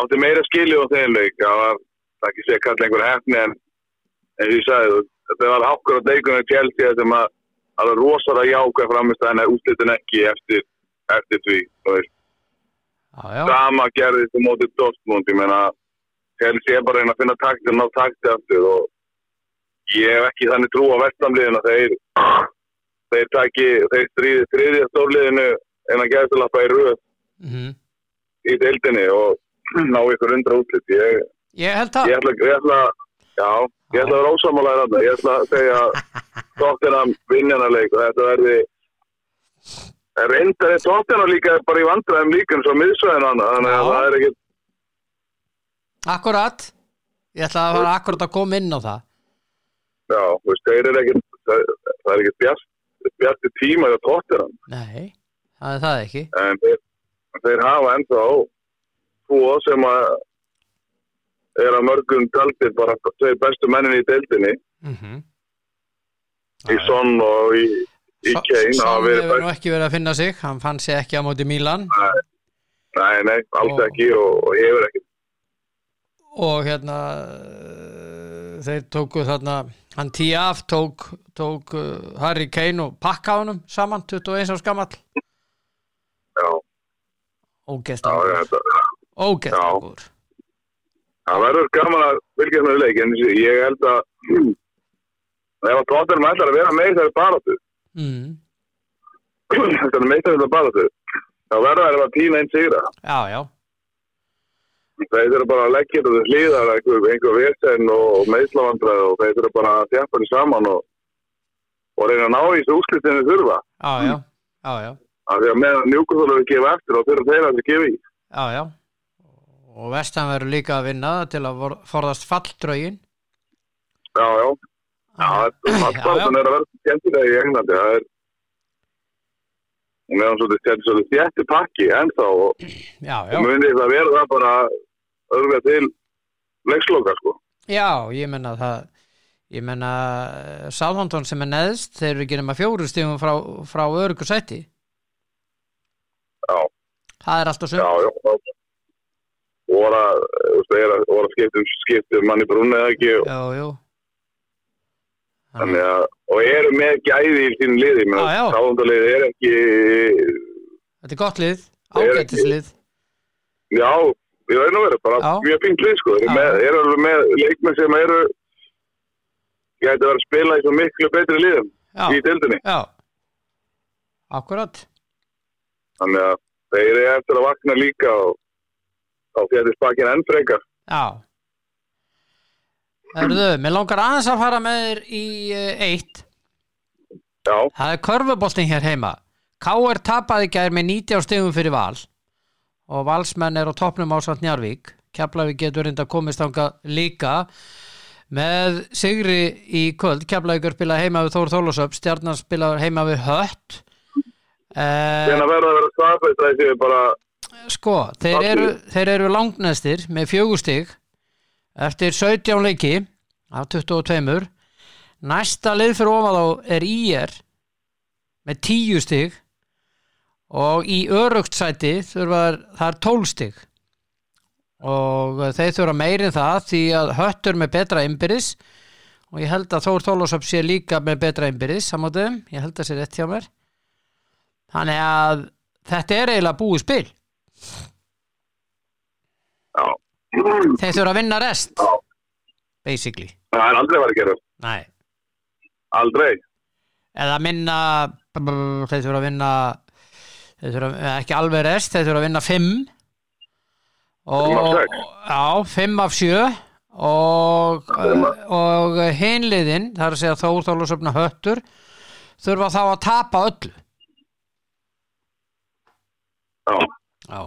átti meira skilju á þeim leik. Það var það ekki sé að kalla einhver hefni en eins og ég sagði, þú- þetta var ákvörð á leikunum Chelsea sem að alveg rosalega jáka framist að henni útlitin ekki eftir, eftir því. þú veist. já, já. Sama gerðist á móti Dortmund, ég meina Chelsea er bara að reyna að finna takti og ná takti aftur og ég hef ekki þannig trú á vestamliðin að þeir þeir taki, þeir stríði þriðja stórliðinu en að geðsalappa í röð Mhm. í deildinni og ná ykkur undra útlitt ég, ég held að ég ætla, ég ætla já, ég ætla að vera ósamála þér alltaf, ég ætla að segja Tottenham vinnjarnarleik og þetta verði en reyndar er Tottenham líka bara í vandræðum líka eins og miðsvæðin hann, þannig að Já. það er ekkit akkurat ég ætla að fara akkurat að koma inn á það Já, þú veist, þeir eru ekkert, það, það er ekkert bjart, bjarti tíma hjá tóttir hann, nei, það er það ekki en þeir, þeir hafa ennþá tvo sem að er að mörgum taldir bara tveir bestu mennin í deildinni, mhm í Son og í, í Kane, Sá hafa verið hefur nú best, ekki verið að finna sig hann fann sig ekki á móti Mílan nei, nei, alls Ó. ekki og, og hefur ekki, og hérna eh, þeir tóku þarna hann T.A.F. tók, tók eh, Harry Kane og pakka honum saman 21 á skamall já, já, ógeðslega þetta, Já. góður Það verður gaman að fylgjast með leik, en ég held að, ef að tóttir ætlar að vera með þessari baráttu, mm. þetta er meittarinn að bara þau þá verða þeir að týna einn sigra já, já, þeir eru bara að leggja þetta til hlýðar einhver, einhver vesen og meðslavandræð og þeir eru bara að þjafpa þeir saman og, og reyna að ná í þessu úrslitinu þurfa já, já, já, já, af því að meðan njúkurþólar gefa eftir og þurfa þeir að þeir gefa í já, já. og vestan verður líka að vinna til að vor- forðast falldraugin já, já, já, já, fastbáttan er að verða skemmtilega í Englandi það er og meðan svo þetta er svolítið þjætti pakki ennþá og, já, já. og munið það vera það bara örfið til leiksloka sko Já, ég menna það ég menna eh, Southampton sem er neðst þeir eru ekki nema fjóru stífum frá, frá örgu sæti já það er alltaf söm Já, já, já. Voru að, þú veist, þeir að- voru að skipta um skipta um manni brúnni eða ekki og- já, jú. þannig að, og eru með gæði í sín liði, menn Já, já. að sáðundalið er ekki, þetta er gott lið, Þeir eru ágætis ekki- lið já, í raun og veru, bara Já. mjög fínt lið, sko, eru Já. með, eru alveg með leikmenn sem eru, gæti að vera að spila í svo miklu betri liðum í já, dildinni, já akkurat þannig að þeir eru eftir að vakna líka og þá fjætti spakinn enn frekar. já Erðu, mér langar aðeins að fara með þér í eh, eitt Já, Það er körfuboltin hér heima. K.R. tapaði gær með 90 stegum fyrir val og valsmenn er á toppnum ásalt Njarvík. Keflavík getur reynda komist þangað líka með Sigri í kvöld. Keflavíkur spila heima við Þór Þólusöp, Stjarnan spila heima við Hött. Eh, þannig að verða að vera staðfætt að þessi bara Sko, þeir eru, þeir eru langnæstir með fjögustig eftir 17 leiki af 22 næsta lið fyrir ofað á er IR með 10 stig og í örugt sæti þurfa þær- það er 12 stig og þeir þurfa meiri en það því að höttur með betra innbyrðis og ég held að Þór Þólasöp sé líka með betra innbyrðis samátum, ég held að sé rétt hjá mér þannig að þetta er eiginlega búið spil Já. þeir þurfa að vinna rest Já. basically, Það er aldrei verið að gera. næ Aldrei. eða minna brr, þeir þurfa að vinna þeir þurfa, eða ekki alveg rest, þeir þurfa að vinna 5 Fimm af og, sex? já, 5 af 7 og, og hinliðin, það er að segja Þór Þólusöfna Höttur þurfa þá að tapa öllu Já. já,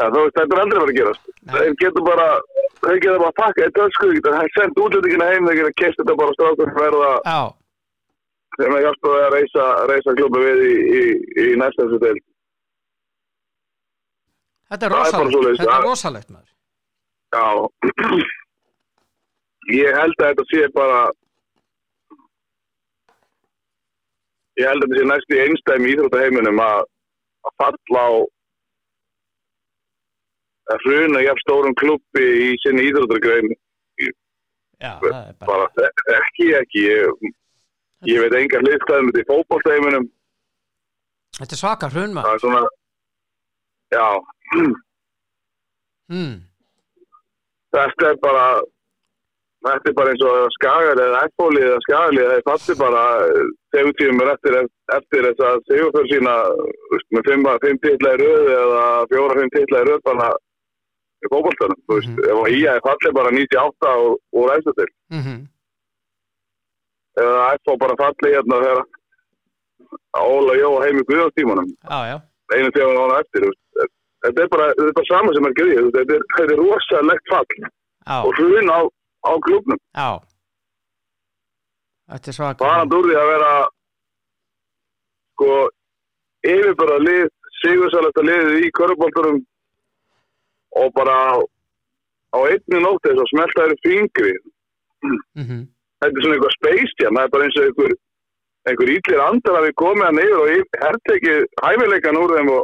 Já, þú veist, þetta er aldrei verið að gera. Nei. Þeir getur bara, þeir getur bara að pakka eitt ösku, þeir getur sendt útlendingina heim, þeir getur keist þetta bara strákur verða já, þegar maður hjálpa það að reysa, reysa klubbi við í, í, í næsta þessu deil. þetta er Það er bara rosalegt svoleiðis, þetta já. er rosalegt maður Já. Ég held að þetta sé bara, ég held að þetta sé næst í einstæmi íþróttaheiminum að, að falla á að hruna jafn stórum klubbi í sinni íþróttagrein já, það er bara, bara e- ekki, ekki ég, ég veit engar hliðstæðum þetta í fótballtæminum þetta er svaka hrun það maður er svona já, mm, þetta er bara þetta er bara eins og skagalið eða ekkólið eða skagalið þeir fatti bara eh, tegum tímur eftir, eftir þess að sigurfjörn sína þú veist, með fimm, fimm titla í röð eða fjóra-fimm titla í röð bara í fótballtæminum þú veist, ef að ég falli bara 98 og, og ræsta til mm eða FH bara falli hérna þegar Óla Jó heim í guðastímanum já, já, einu þegar hann var eftir þú veist. þetta er bara, þetta er bara sama sem hann gerði þú veist, þetta er, þetta er rosalegt fall já, og hrun á, á klubnum já þetta er svaka það hann úr því að vera sko yfirbara lið, sigursalasta liðið í körubolturum og bara á, á einni nóti þess að smelta þeirri fingri mm þetta er svona eitthvað space jam, það er bara eins og einhver, einhver íllir andar að við komið hann yfir og yfir- hertekið hæfileikan úr þeim og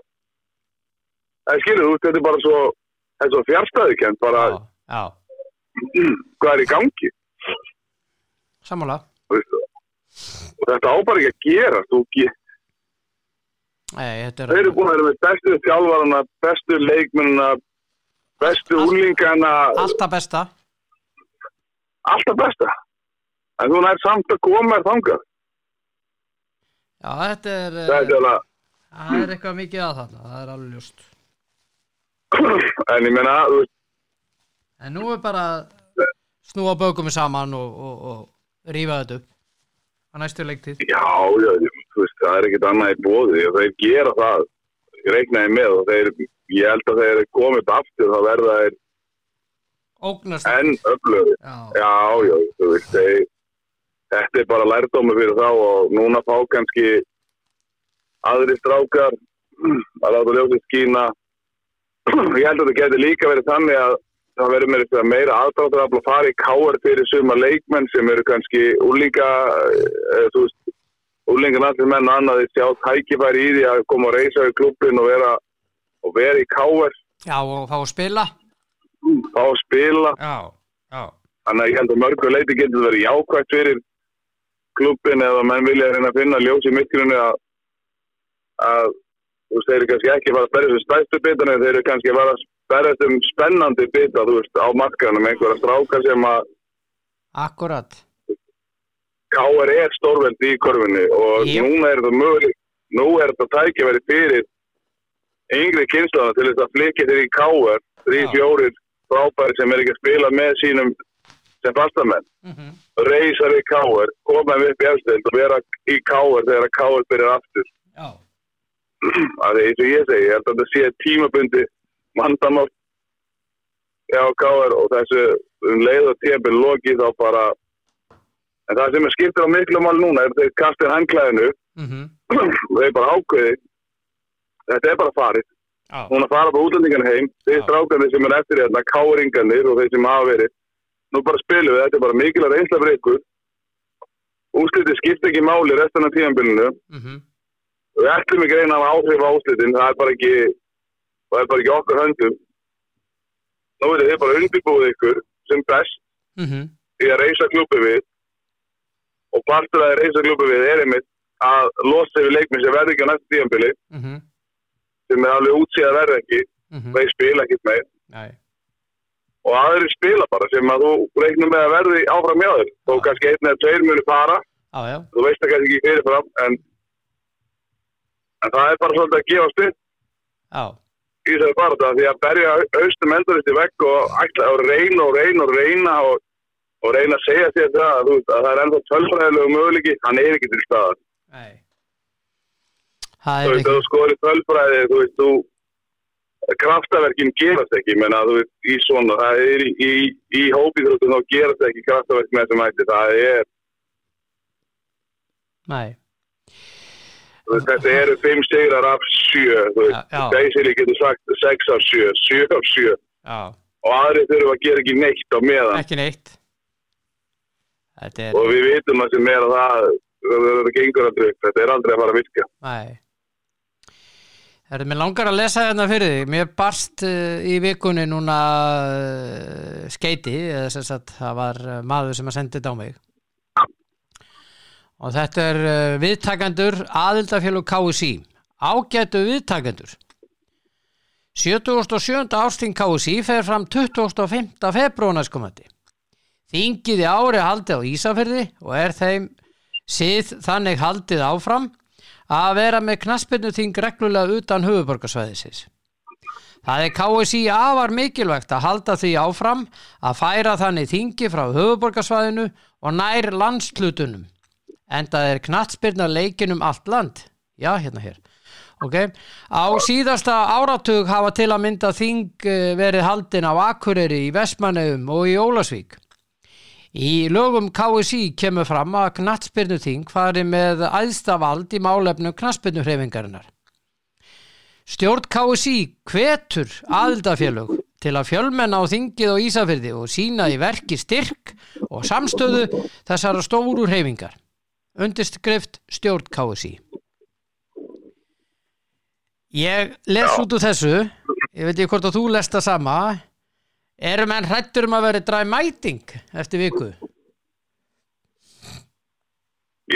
það skilur út, þetta er bara svo þetta er svo fjárstæðikent, bara já, já hvað er í gangi sammála veistu? og þetta á bara ekki að gera þú, ge- Nei, þetta þau er eru búin að vera með bestu þjálfarana bestu leikmennina bestu Allt- úlingana alltaf besta alltaf besta en þú nær samt að koma þér þangað Já, þetta er, eh, þetta er að það er eitthvað mikið að þarna, það er alveg ljóst en ég meina, þú veist, En nú er bara að snúa bökum saman og, og, og rífa þetta upp á næstu leiktið já, já þú veist, það er ekkert annað í bóði og þeir gera það ég reiknaði með og þeir, ég held að þeir komið aftur þá verða þeir Ógnast enn öflöðu Já, Já, já, þú veist, þeir, þetta er bara lærdómi fyrir þá og núna fá kannski aðri strákar að láta ljósið skína. Ég held að þetta geti líka verið þannig að það verður meira, eitthvað meira aðdráttarafl að fara í káar fyrir suma leikmenn sem eru kannski úlinga, eða, þú veist, úlinga náttúrulega og annað sjá tækifæri í því að koma að reysa í klubbin og vera, og vera í káar, já og fá að spila fá að spila. Já, já Þannig að ég held að mörgu leiti getur verið jákvægt fyrir klubbin eða menn vilja reyna að finna ljós í miklunni að, að þú veist, þeir eru kannski ekki að fara að berjast um stæstu bitana en þeir eru kannski að fara að berjast um spennandi bita, þú veist, á markanum einhverja strákar sem að Akkurat KR er stórveldi í korfinni og Jú. núna er þetta möguleg, nú er þetta tækifæri fyrir yngri kynslaðana til þess að flikið þeir í KR, þrý, Já. fjórir frábæri sem er ekki að spila með sínum sem fastamenn. mm -hmm. reysar í káar, koma þeim upp í efstild og vera í káar þegar káar byrjar aftur. Já, Það er eins og ég segi, ég held að þetta sé tímabundi mandamátt hjá káar og þessu um leið og tímabinn lokið þá bara en það sem er skiptir á miklu mál núna er þeir kastir handklæðinu mm og þeir bara ákveði þetta er bara farið Já. núna fara bara útlendingan heim þeir Já. strákarnir sem er eftir hérna, káringarnir og þeir sem hafa verið nú bara spilum við, þetta er bara mikilvæg reynsla fyrir ykkur úslitið skipta ekki máli restan af tíðanbylunu mhm, við ætlum ekki að reyna að hafa áhrif á úslitin það er bara ekki það er bara ekki okkar höndum nú verður þið bara undirbúið ykkur sem best mhm, í að reysa klubbi við og partur að reysa klubbi við er einmitt að losa yfir leikminn sem verður ekki á næstu tíðanbili mhm, sem er alveg útsíð að verða ekki mhm, þeir spila ekkert meir nei, og aðrir spila bara sem að þú reiknum með að verði áfram hjá þér þó kannski einn eða tveir munu fara já, já, þú veist það kannski ekki fyrirfram en, en það er bara svolítið að gefa stuð já, í þessari barða því að berja austum endurist í vekk og, ætla- og reyna og reyna og reyna og, og reyna að segja þér það að, þú, veist, að það er ennþá tölfræðilegu möguleiki, hann er ekki til staðar nei Það þú er veist, ekki, ef þú skoður í tölfræði þú veist, þú kraftaverkin gerast ekki, menna, þú veist, í svona það er í, í, í hópið þú veist, þá gerast ekki kraftaverk með þessum hætti það er, nei, þú veist, þetta eru fimm sigrar af sjö, þú veist, Já, já. Geysili getur sagt sex af sjö, sjö af sjö já, og aðri þurfa að gera ekki neitt á meðan ekki neitt Þetta er, og við vitum að sem er að það þetta gengur aldrei upp, þetta er aldrei að fara að virka nei Herðu, mér langar að lesa hérna fyrir þig Mér barst uh, í vikunni núna uh, skeiti eða sem sagt, það var uh, maður sem að sendi þetta á mig og þetta er uh, viðtakendur aðildafélag KSI ágætu viðtakendur 77. ásting KSI fer fram 25. februar næstkomandi Þingið í ári haldið á Ísafyrði og er þeim síð þannig haldið áfram að vera með knaspinu þing reglulega utan höfuborgarsvæðisins. Það er KSI afar mikilvægt að halda því áfram að færa þannig þingi frá höfuborgarsvæðinu og nær landslutunum. En það er knattspyrna leikin um allt land. Já, hérna hér. Okay. Á síðasta áratug hafa til að mynda þing eh, verið haldin á Akureyri í Vestmanneum og í Ólasvík. Í lögum KSI kemur fram að knattspyrnu þing fari með æðstavald í málefnum knattspyrnu hreyfingarinnar. Stjórn KSI hvetur aðildafélög til að fjölmenna á þingið og Ísafyrði og sína í verki styrk og samstöðu þessara stóru hreyfingar. Undirskrift stjórn KSI. Ég les út úr þessu, ég veit ekki hvort að þú lest það sama, erum enn hrættur um að vera dræmæting eftir viku?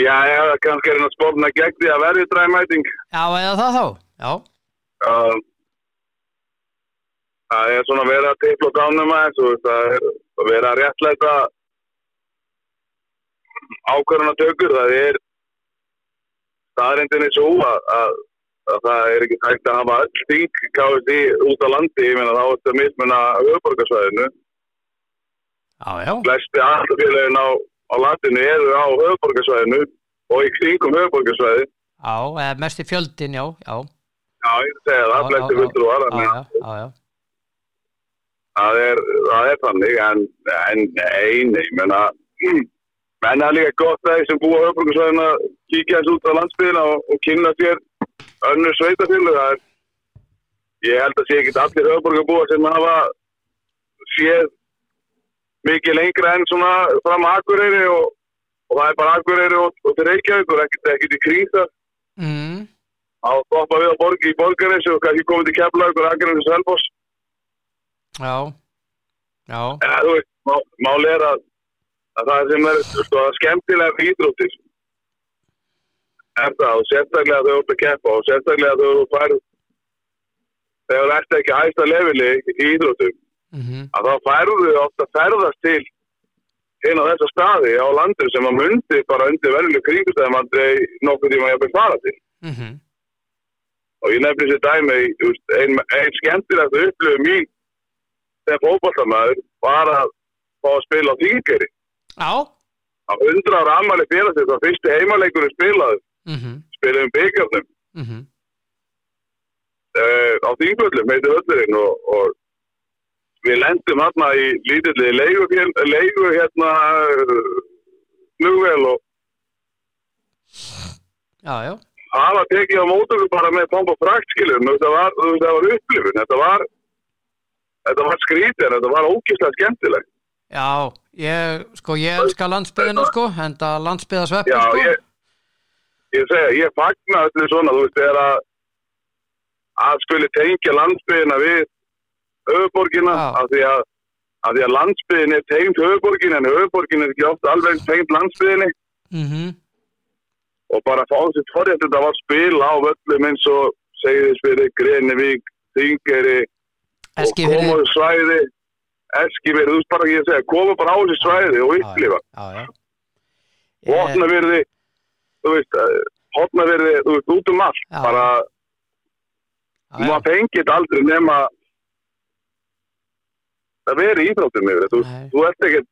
Já, já, kannski er hann að spórna gegn því að verði dræmæting Já, eða það þá, já, Uh, það er svona verið að teipla og dánum aðeins og það er verið að réttlæta ákvarðan tökur það er staðrindinni svo að, að, að það er ekki hægt að hafa öll þing káði út á landi ég meina þá er þetta mismunna höfuborgarsvæðinu já, já, flesti aðlufélagin á, á landinu eru á höfuborgarsvæðinu og í kringum höfuborgarsvæði já, eða mest í fjöldin, já, já, já ég segja Já, það, já, flesti já. fullur var já, já, já, já, það er, það er þannig en, en nei, nei, menna menna líka gott að þeir sem búa höfbrukusvæðin að kíkja þessu út á landsbyðina og, og kynna sér önnur sveitafélug það er, ég held að sé ekki allir höfbrukabúa sem hafa séð mikið lengra enn svona fram að Akureyri og, og það er bara Akureyri og, og til Reykjavík og ekkert ekkert í kring það mm, að stoppa við á borg, í borgarinsu og kannski komið til Keflavík og Akureyri og Selfoss já, já, Já, þú veist, má, máli er að, að það sem er sko, skemmtilega við íþróttir er það og sérstaklega þau út að keppa og sérstaklega þau eru færð þegar þú ert ekki hæsta lefili í íþróttum mhm, að þá færðu þau oft að ferðast til inn á þessa staði á landur sem að mundi bara undir verðileg kringustæðum aldrei nokkuð tíma ég að fara til mhm, og ég nefnir sér dæmi þú veist, ein, ein skemmtilegt upplöfu mín sem fótballamæður var að fá að spila á þingeri já, á 100 ára ammali félagsins á fyrsti heimaleikurinn spilaði, mhm, spilaði um byggjarnum mhm, uh, á þingvöldum, heiti völdurinn og, og við lendum hérna í lítilli leigu, leigu hérna eh, flugvél og já, já, hafa tekið á mótöku bara með pomp og frakt skilur þetta var, þetta var upplifun þetta var, þetta var skrítin þetta var ókýrslega skemmtileg Já, ég, sko, ég elska landsbyðina, sko, enda landsbyðasveppur, já sko. ég ég segja, ég fagna öllu svona þú veist, þegar að að skuli tengja landsbyðina við höfuborgina Já. af því að af því að landsbyðin er tengd höfuborgin en höfuborgin er ekki ofta alveg tengd landsbyðinni Mhm, og bara fá þessi torjætt þetta var spil á völlum eins og Segðisbyrði, Grenivík, Þingeri og koma á Eskifirði. þessu svæði Eskifirði, þú veist bara ekki að segja koma bara á þessu svæði og upplifa Já, já. og Ég- hotnaverði þú veist, hotnaverði þú veist, út um allt Já. bara, já, já. maður fengið þetta aldrei nema það veri íþróttum yfir þú, Nei. þú ert ekkert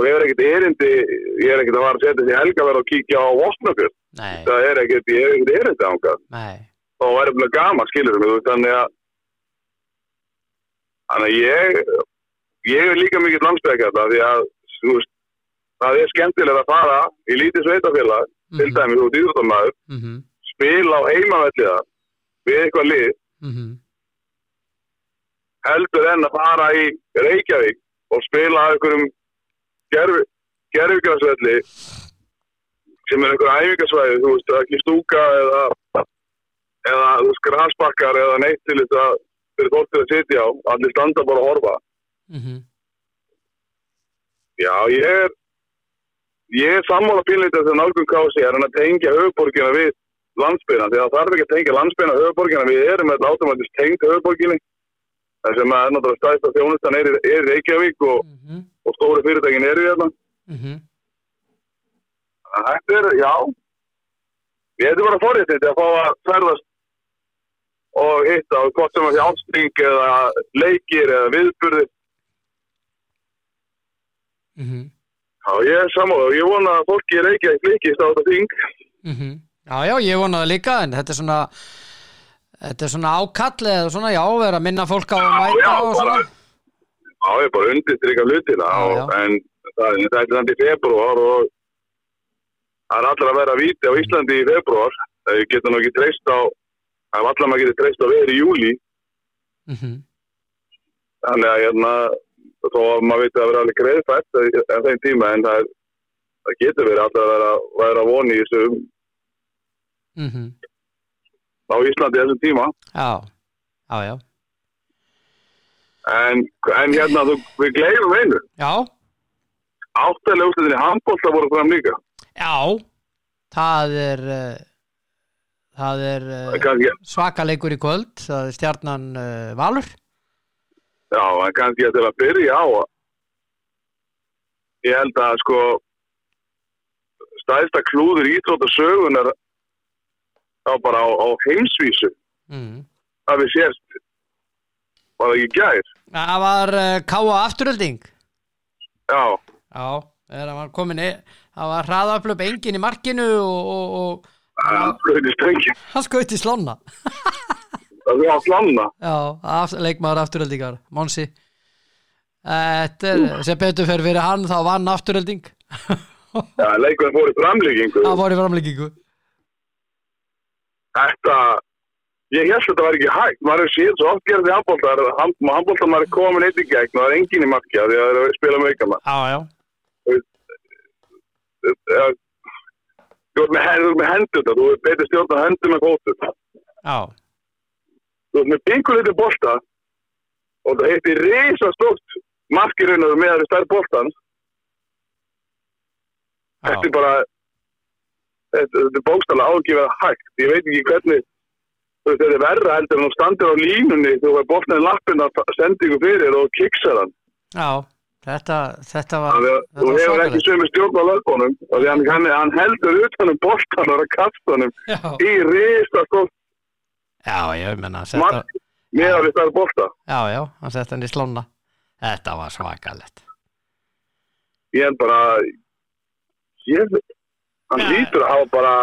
þú hefur ekkert erindi, ég er ekkert að vara að setja því helgaverð og kíkja á hotnafjörð Nei, það er ekkert, ég hef ekkert erindi ánga nei, þá væri bara gama, skilur mig, þú veist, þannig að þannig að ég ég er líka mikill landsbækja þetta því að, þú veist, það er skemmtilega að fara í lítið sveitafélag til Mhm. dæmis út íþróttamæður, mhm, spila á heimavelliða við eitthvað lið, mhm, heldur en að fara í Reykjavík og spila á einhverjum gerfi, gerfugræsvelli sem er einhver æfingasvæði, þú veist, það er ekki stúka eða, eða þú veist, grasbakkar eða neitt til þess að fyrir fólk til að sitja á, allir standa bara að horfa. mhm, Já, ég er ég er sammála pínleita þess að nálgum kási er hann að tengja höfuborgina við landsbyrna, því að það þarf ekki að tengja landsbyrna höfuborgina, við erum alltaf automatist tengd höfuborginni, þar sem að er náttúrulega stæðst að þjónustan er, í- er í Reykjavík og, mhm, og stóru fyrirtækin eru hérna. mhm. Þannig að Þetta er, já ég hefði bara forréttið að fá að ferðast og hitta og hvort sem að því ásting eða leikir eða viðburði mhm, Já, ég er sammála og ég vona að fólki í Reykjavík líkist á þetta þing mhm. Já, já, ég vona það líka, en þetta er svona, þetta er svona ákall eða svona, já, vera að minna fólk á að mæta já, og bara- svona. Já, ég bara undirstrykka hlutina Já, og, já. en það, en það er þannig í februar og það er allir að vera víti á Íslandi í februar það getur nú ekki treyst á það er allir að maður getur treyst á veður í júli Mhm, þannig að hérna þó að maður veit að það vera alveg greiðfætt en þeim tíma en það, er, það getur verið allir að vera, vera voni í þessu um- mhm, á Íslandi í þessum tíma já, já, já. en, en hérna þú, við gleifum einu Já, áttalega úrslutinni handbólta voru fram líka já, það er, eh, það er eh, kannski, svakaleikur í kvöld, það er stjarnan uh, Valur. Já, en kannski að til að byrja á að- ég held að sko stæðsta klúður ítrótasögunar þá bara á, á heimsvísu Mm. að við sérst var það ekki í gær Það var uh, K.A. afturölding. já, Já, það var komin í, það var hraðaflöp engin í markinu og, og, hann flöði í stöngi og hann skaut í slonna. það var slanna Já, aft, leikmaður afturöldingar, Monsi. Þetta er, sem betur fer fyrir hann, þá vann afturölding. já, leikurinn fór í framlýkingu Það var í framleikingu. þetta ég held að þetta var ekki hægt maður hefur séð svo oft gerði handbóltar handbóltar maður er komin eitt í gegn og það er engin í markja því að það er að spila með ykkur Já, já. maður þú ert með, þú ert með hendur þetta, þú ert betur stjórna hendur með fóttur þú Já, ert með bingur litur bolta og það heitir risastótt markirunnar með það er stærð boltan þetta já. er bara þetta, þetta er bókstala ágifera hægt ég veit ekki hvernig þú veist, þetta er verra heldur en þú standir á línunni þú er boltan í lappin að sendingu fyrir og kiksar hann já. Þetta, þetta var, Þannig að þetta þú var hefur ekki svakalegt. sömu stjórn á lögbónum og því hann, hann, hann heldur utanum boltan og kastanum Já. í risastótt Já, ég menna þetta, mark með að við þarfum bólta. já, já, hann sett hann í slóna Þetta var svakalett Ég held bara, ég, hann Ja. lítur að hafa bara,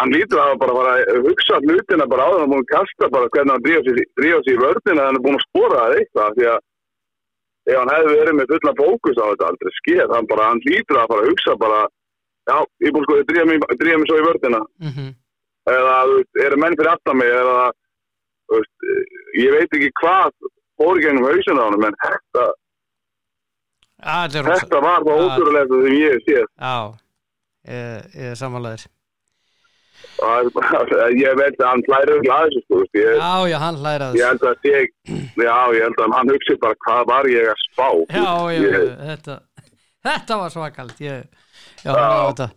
hann lítur að hafa bara, bara hugsa hlutina bara á það, hann er búin að kasta bara hvernig hann drífa sér, drífa sér í vördina, hann er búin að spora það eitthvað, því að ef hann hefði verið með fulla fókus á þetta aldrei skeið, hann bara, hann lítur að fara að hugsa bara, já, ég er búin sko að drífa mig, drífa mig svo í vördina, mm -hmm. eða þú veist, eru menn fyrir aftan mig eða þú veist, ég veit ekki hvað fór í gegnum hausinu á hann en þetta, Já, þetta er rosa. þetta var það Ja. ótrúlega sem ég hef séð Já, ég, ég er samanlegaður. Það er bara- ég veit að hann hlæri öll aðeins sko, þú veist, ég, Já, já, hann hlæra ég þessu. held að ég já, ég held að hann hugsi bara hvað var ég að spá Já, já, ég, þetta, þetta var svakalt. Ég, já, hann á þetta.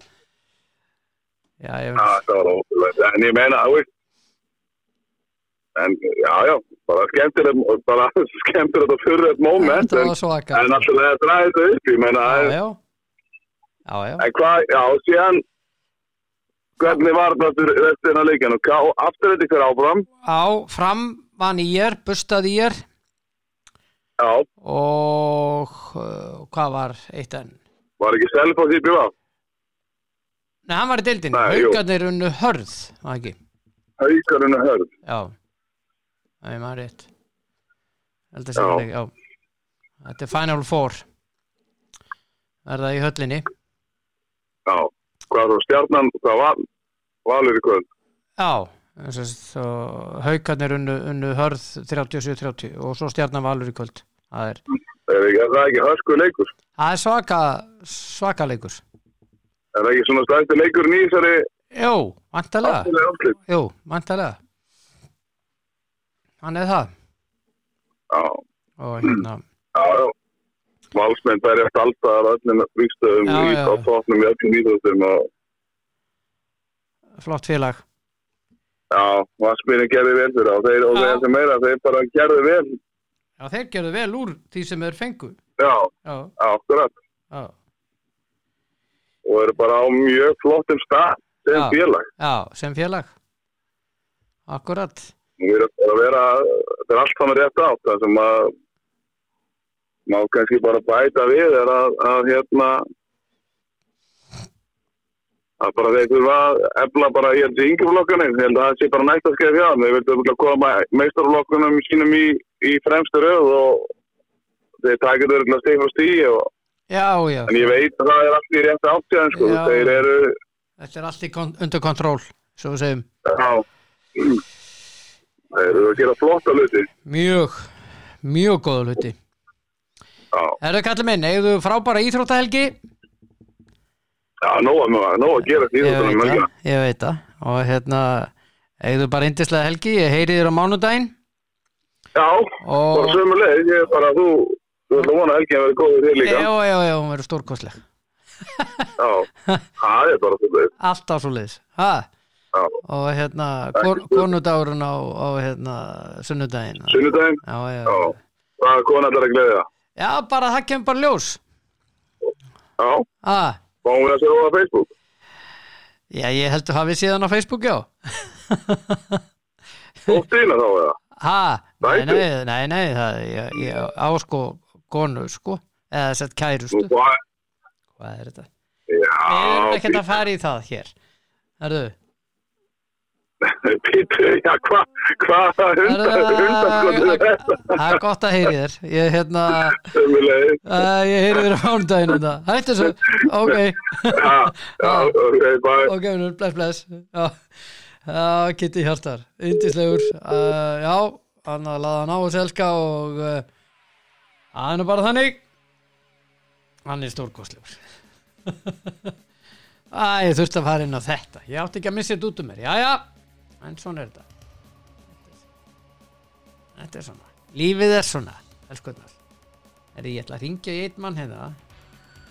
Já, ég Já, veit. það var ótrúlega, en ég meina, þú veist, en já, já, bara skemmtilegt, bara skemmtilegt og fyrir þetta moment, Þetta en, var svakalt. en náttúrulega að draga þetta upp, ég meina, Já, en, já. Já, já. en hvað, já, síðan, hvernig var þetta aftur restina leikinu, hvað, aftur þetta fyrir áfram, Á, fram vann í ég, bustaði ég já, og uh, hvað var eitt enn? var ekki self á því bíða, Nei, hann var í deildin. Nei, jú. Haukarnir unnu hörð, var það ekki? haukarinn að hörð, Já, það er maður rétt. Ég held að segja Já. það, já. Þetta er Final Four. Verða í höllinni. já, hvað var stjarnan, hvað var, valur í kvöld, Já, þess að svo haukarnir unnu, unnu hörð 37-30 og svo stjarnan valur í kvöld. Það er, er, ekki- er það ekki hörsku leikur, það er svaka, svaka leikur. er það ekki svona stærsti leikur nýsari, Jú, vantarlega. afturlega aftur, Jú, vantarlega. Hann er það. já, Og hérna, Já, já. Valsmenn berjast alltaf að öllum fríkstöðum Já, í já. á tóknum í öllum íþróttum og flott félag. já, Valsmennin gerði vel fyrir það og þeir, og Já. þeir sem meira, þeir bara gerði vel Já, þeir gerðu vel úr því sem þeir fengu. já, Já, akkurat já, og eru bara á mjög flottum stað sem Já. félag já, sem félag. Akkurat. og eru bara að vera þetta er allt þannig rétt átt það sem að má kannski bara bæta við er að, að hérna að bara þeir þurfa að efla bara í þessi yngjaflokkanum, ég held að það sé bara næsta skeið hjá þeim, þeir vildu örugglega koma meistarflokkunum sínum í, í fremstu röð og þeir takir þau að stefa stíi og, Já, já, en ég veit að það er allt í rétt áttíðan sko, Já. þeir eru þetta er allt í kon undir kontról, svo við segjum. já, þeir eru að gera flotta hluti Mjög, mjög góða hluti. já, Herðu kallið minn, eigðu frábæra íþróttahelgi? já, nóg að, nóg að gera því Ég veit þessum það, ég veit það. Og hérna, eigðu bara indislega helgi, ég heyri þér á mánudaginn. Já, Og- bara sömu leið, ég er bara þú, þú ætla að vona að helgin verið góðið þér Já, líka. já, já, já, hún verður stórkostleg. Já, það er bara þú leið. Alltaf svo leiðis. Ha? Já, Og hérna, kon konudagurinn á, á hérna, sunnudaginn. sunnudaginn, Já, já, já, já. hvað konar þetta er að gleðja? Já, bara það kemur bara ljós. Já, Ha? fáum við að sjá það á Facebook. Já, ég heldur hafið síðan á Facebook, já. Óttíðina þá eða? Ha, nei, Nei, þú- nei, nei, nei, það, ég, ég á sko konu, sko, eða sett kærustu, Nú, hvað? hvað er þetta? Við erum Já, ekkert að fara í það hér, herðu, pít- pítu, já, hvað, hvað það herðu, hundar, hundar skoður að- að- þetta? það er gott að heyri þér, ég, hérna, Sömu leið, uh, ég heyri þér á ándaginn þetta, hættu svo, ok, já, já, ok, bæ, ok, nú, bless, bless, já, já, Kitty Hjartar, yndislegur, uh, já, hann að laða hann á að selka og uh, hann er bara þannig, hann er stórkostlegur. Æ, ég þurfti að fara inn á þetta, ég átti ekki að missa þetta út um mér, já, já, en svona er þetta. Þetta er svona, lífið er svona, elskuðnar. Er ég ætla að ringja í einn mann hérna,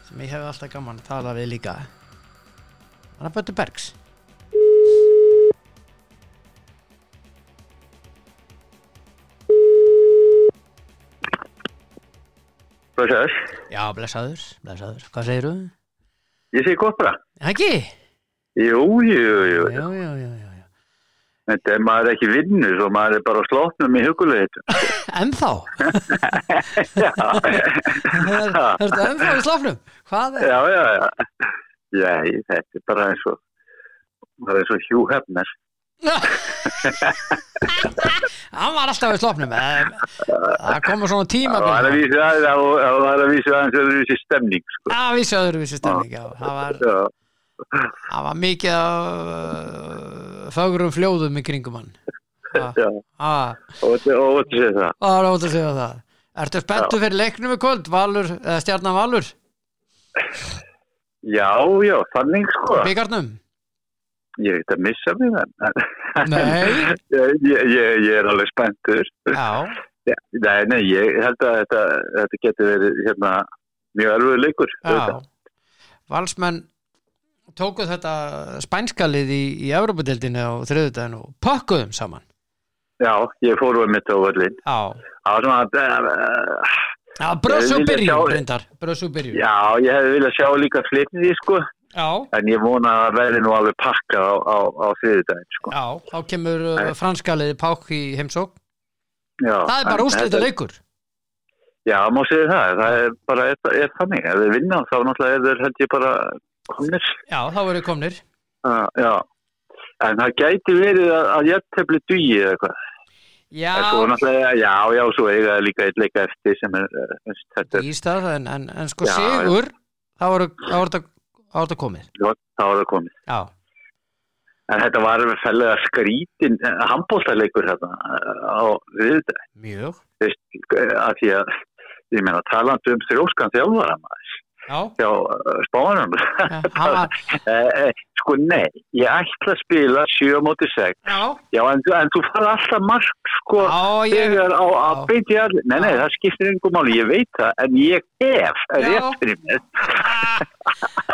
sem ég hef alltaf gaman að tala við líka. Hann er Böttu Bergs Hvað sér? Já, blessaður, blessaður, hvað segirðu? Ég segi gott bara. Ekki? Jú, jú, jú. Já, já, já, já, já. Þetta er maður er ekki vinnur svo maður er bara á slótnum í hugulegðitum. Ennþá? já. Er þetta ennþá í slafnum? Hvað er? já, já, já. Jæ, þetta er bara eins og, bara eins og Hugh Hefner. Hann var alltaf í slafnum Það komur svona tíma Það er að vísa aðeins, það er að vísa aðeins öðru þessi stemning, sko. Já, vissi öðru vissi stemning já. Það var, Já, það var mikið af uh, fögrum fljóðum í kringum hann Ha, Já, ha, og þetta og þetta sé það. það er ótt að segja það Ertu spenntu fyrir leiknum í kvöld, Valur, eða stjarnan Valur, Já, já, þannig sko. byggarnum? Ég veit að missa mig þann. Nei. ég, ég, ég er alveg spenntur. Já, Nei, nei, ég held að þetta, þetta getur verið hérna mjög alveg leikur. já. Valsmenn tóku þetta spænskalið í, í Evropadeildinu á þriðudaginu og pökkuðum saman. Já, ég fór um mitt á völlin. Já, Það var svona eh, að... já brössu Ég vilja byrjun, sjá- reyndar, brössu byrjun. Já, ég hefði viljað sjá líka flytnið í sko, já, en ég vona að það verði nú alveg pakka á, á, á þriðudaginn sko. já, þá kemur uh, franskaliði pák í heimsók. Já, Það er bara en úrslita þetta- leikur. Já, má segja það, það er bara er, er þannig, ef þeir vinna þá náttúrulega er þeir held ég bara komnir. Já, þá eru komnir. Uh, já, en það gæti verið að, að jættefli dugi eða eitthvað. Já, En svo náttúrulega, já, já, svo eiga þeir líka eitt leika eftir sem er, eh, þessi þetta er, í stað, en, en, en sko Já, já. sigur, þá eru þá eru þetta- þá eru þetta komið. þá er það komið. Já, En þetta var alveg fellega skrítin, handbóltaleikur þarna eh, á viðdag. mjög. að því að ég meina talandi um þrjóskan þjálfara maður Já, hjá uh, spáðanum já, hann var, sko nei, ég ætla að spila 7 móti 6 já, já en, þú- en þú fara alltaf mark sko já, ég, þegar á að já. beinti allir nei nei, það skiptir einhver máli, ég veit það en ég hef Já. rétt fyrir mér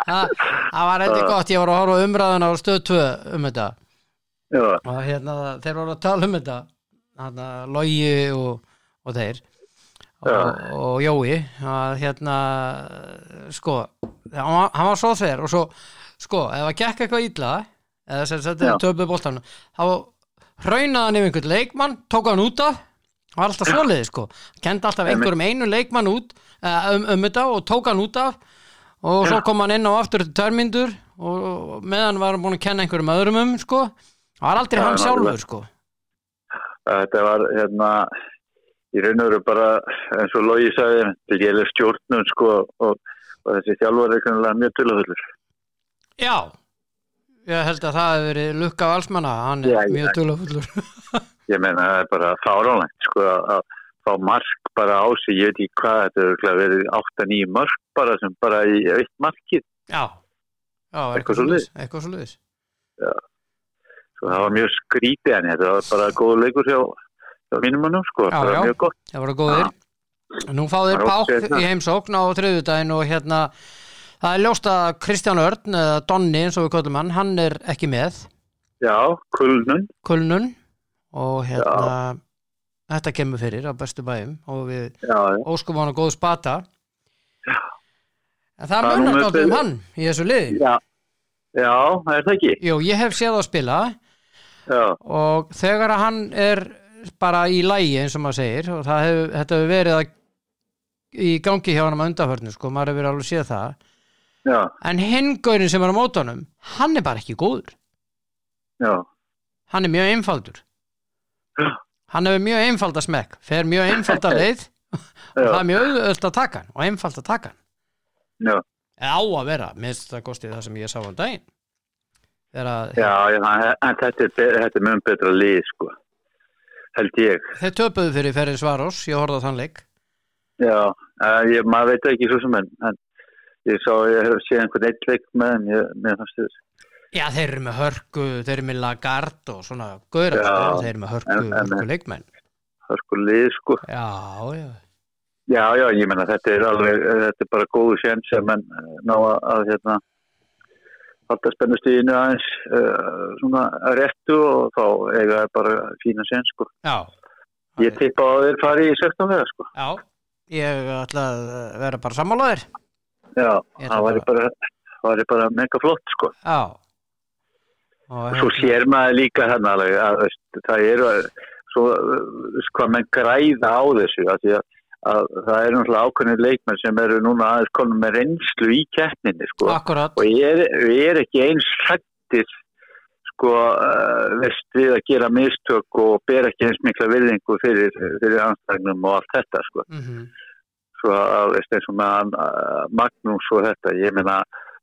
það það var Ah. eitthvað gott, ég var að horfa á umræðuna á stöð 2 um þetta já, og hérna þeir voru að tala um þetta hérna Logi og, og þeir og, Já. og Jói að hérna sko, hann var, hann var svo þver og svo, sko, ef það gekk eitthvað illa eða sem sagt Já. töpuð bóltan þá raunaði hann yfir einhvern leikmann tók hann út af var alltaf svoleiði sko, kendi alltaf Einmitt. einhverjum einu leikmann út eh, um, um þetta og tók hann út af og svo kom hann inn á aftur törmyndur og og meðan var hann búin að kenna einhverjum öðrum um sko, það var aldrei Já, hann nákvæmlega. sjálfur sko þetta var hérna í raun og veru bara eins og Lógi sagði, til ég er stjórnum sko og, og þessi þjálfari er kannulega mjög tulafullur já ég held að það hefur verið lukka valsmanna, hann er Já, já. mjög dullafullur ég meina það er bara fáránlegt sko að að fá mark bara á sig ég veit ekki hvað þetta er örugglega verið 8-9 mark bara sem bara í eitt markið já, já Eitthvað svoleiðis, svoleiðis. eitthvað svoleiðis svo Sko, það var mjög skrítið en þetta var bara góð leikur hjá, hjá mínum mannum sko Já, bara já. mjög gott það voru góðir nú fá þeir Það er pák ókei, það. í heimsókn á þriðudaginn og hérna það er ljóst að Kristján Örn eða Donni eins og við kallum hann, hann er ekki með já, kulnun kulnun og hérna þetta kemur fyrir á bestu bæjum og við já, já. óskum hann að góð spata en það Það er munar nú með dálítið um fyrir- hann í þessu liði já, já, það er það ekki Jú, ég hef séð að spila já, og þegar að hann er bara í lægi eins og maður segir og það hef, þetta hefur verið að, í gangi hjá hann að undaförnu sko, maður hefur alveg séð það já, en hinn gaurin sem er á mótanum hann er bara ekki góður já hann er mjög einfaldur Já. hann hefur mjög einfalda smekk fer mjög einfalda leið og Já. það er mjög auðvöld að taka hann og einfald að taka hann Já. eða á að vera, minnst það kosti það sem ég sá á daginn þegar að já, já, en þetta er, be- þetta er mjög betra lið sko held ég, þeir töpuðu fyrir Ferri Svarós ég horfði á þann leik já uh, ég, maður veit ekki svo sem en, en ég sá, ég hef séð einhvern eitt leik með en ég, mér fannst þess já þeir eru með hörku, þeir eru með lagart og svona gauðra, Já. þeir eru með hörku, En- en- hörku leikmenn það er sko lið sko. já, já, Já, já, ég menna þetta er alveg, þetta er bara góðu séns að menn eh, ná að, að hérna halda spennustíðinu aðeins uh, svona réttu og þá eiga það bara fína séns sko. já Ég tippa að þeir fari í 16 vegar sko. já, ég ætla að vera bara sammálaðir Já, Ég ætla það væri bara, væri bara mega flott sko. já og hérna, Svo sér maður líka þannig alveg að veist, það eru að- svo eh, hvað menn græða á þessu að því að, að það eru náttúrulega ákveðin leikmenn sem eru núna aðeins konum með reynslu í keppninni sko. akkurat, og ég er, ég er ekki eins hrættir sko uh, veist við að gera mistök og bera ekki eins mikla virðingu fyrir, fyrir anstæðnum og allt þetta sko mhm svo að veist eins og með hann, uh, Magnús og eh, þetta ég meina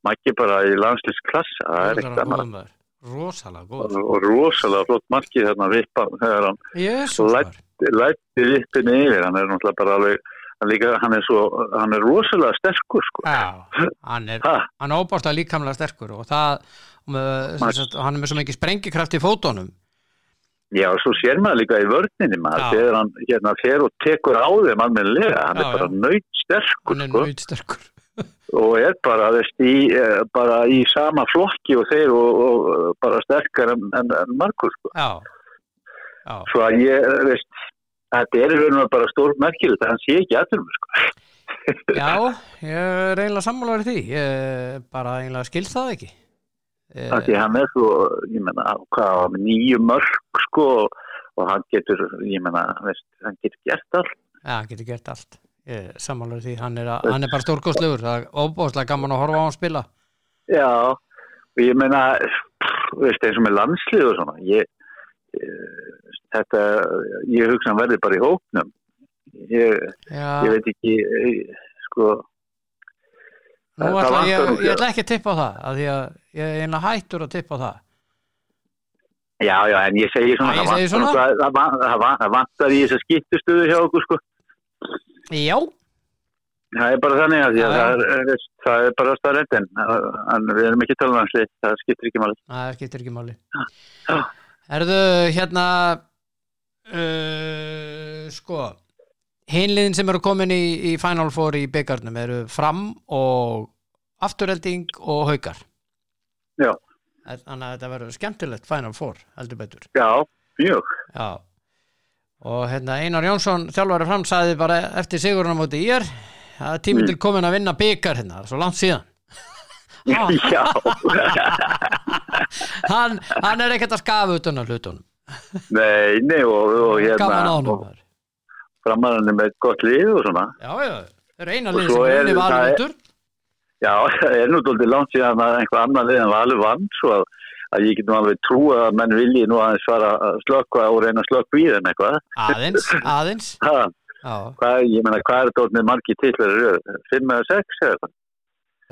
Maggi bara í landslisklassa, það er ekkert annað. maður. Rosalega góður. Og rosalega flott markið þarna vippa þegar hann Jésús Læt- maður. lætti vippinni yfir. Hann er náttúrulega bara alveg, hann, líka, hann, er, svo, hann er rosalega sterkur sko. Já, hann er, Ha, hann er óbárslega líkamlega sterkur og það, með, sem Maður- sagt, hann er með svo mikið sprengikraft í fótunum. já, svo sér maður líka í vörninni maður, Já. þegar hann hérna fer og tekur á þeim almennilega, hann Já, er bara já. nöyt sterkur Hann er sko. nöyt sterkur. og er bara, veist, í, eh, bara í sama flokki og þeir og, og eh, bara sterkar en, en, en margur sko. Já, já. svo að ég, eh, veist þetta er í raunum bara stór merkilegt hann sé ekki aðrum sko. Já, ég er eiginlega sammálaður í því, ég bara eiginlega skil það ekki. Eh, af því hann er svo, ég menna hvað, nýju mörg sko og hann getur, ég menna veist, hann getur gert allt Já, hann getur gert allt. Ég er sammálaður í því, hann er, að- hann er bara stórkostlegur, það er óbárslega gaman að horfa á hann spila. já, og ég menna pff, veist, eins og með landslið og svona ég eh, þetta, ég hugsa hann verði bara í hóknum ég, Já, ég veit ekki eh, sko, nú það ætla vantar ég, nú ekki. ég ætla ekki að tippa á það, af því að ég er eiginlega hættur að tippa á það. já já en ég segi svona, Já, ég það segi vantar svona. náttúrulega- það van- það van- það vantar í þess að skiptustuðu hjá okkur sko Já, það er bara þannig að, Já, já. að það, er, eh, veist, það er bara staðrættin en við erum ekki talansli, það skiptir ekki máli það skiptir ekki máli. Já. Erðu hérna, uh, sko, hinliðin sem eru komin í, í Final Four í byggarnum eru fram og afturhelding og haukar. já, Þannig að þetta verður skemmtilegt Final Four, heldur betur. já, mjög Já. Og hérna Einar Jónsson, þjálfari fram, sagði bara eftir sigurinn á móti í er, að Mm. tíminn til komin að vinna byggar hérna, það er svo langt síðan. Ah. já, Hann, hann er ekkert að skafa utan á hlutunum. nei, nei og, og Gaman á hérna honum. og maður. framarinn er með gott lið og svona Já, já, það eru eina Og lið svo sem er- unni það valur er- útur. já, það er nú doldið langt síðan að einhver annar lið en Valur vann svo að, að ég getum alveg trúa að menn vilji nú aðeins fara að slökka og reyna að slökka í þeim eitthvað Aðeins, aðeins. ha, Já. hvað, ég meina, hvað er þetta orðnið margi titlar í röð? 5 eða 6 eða eitthvað?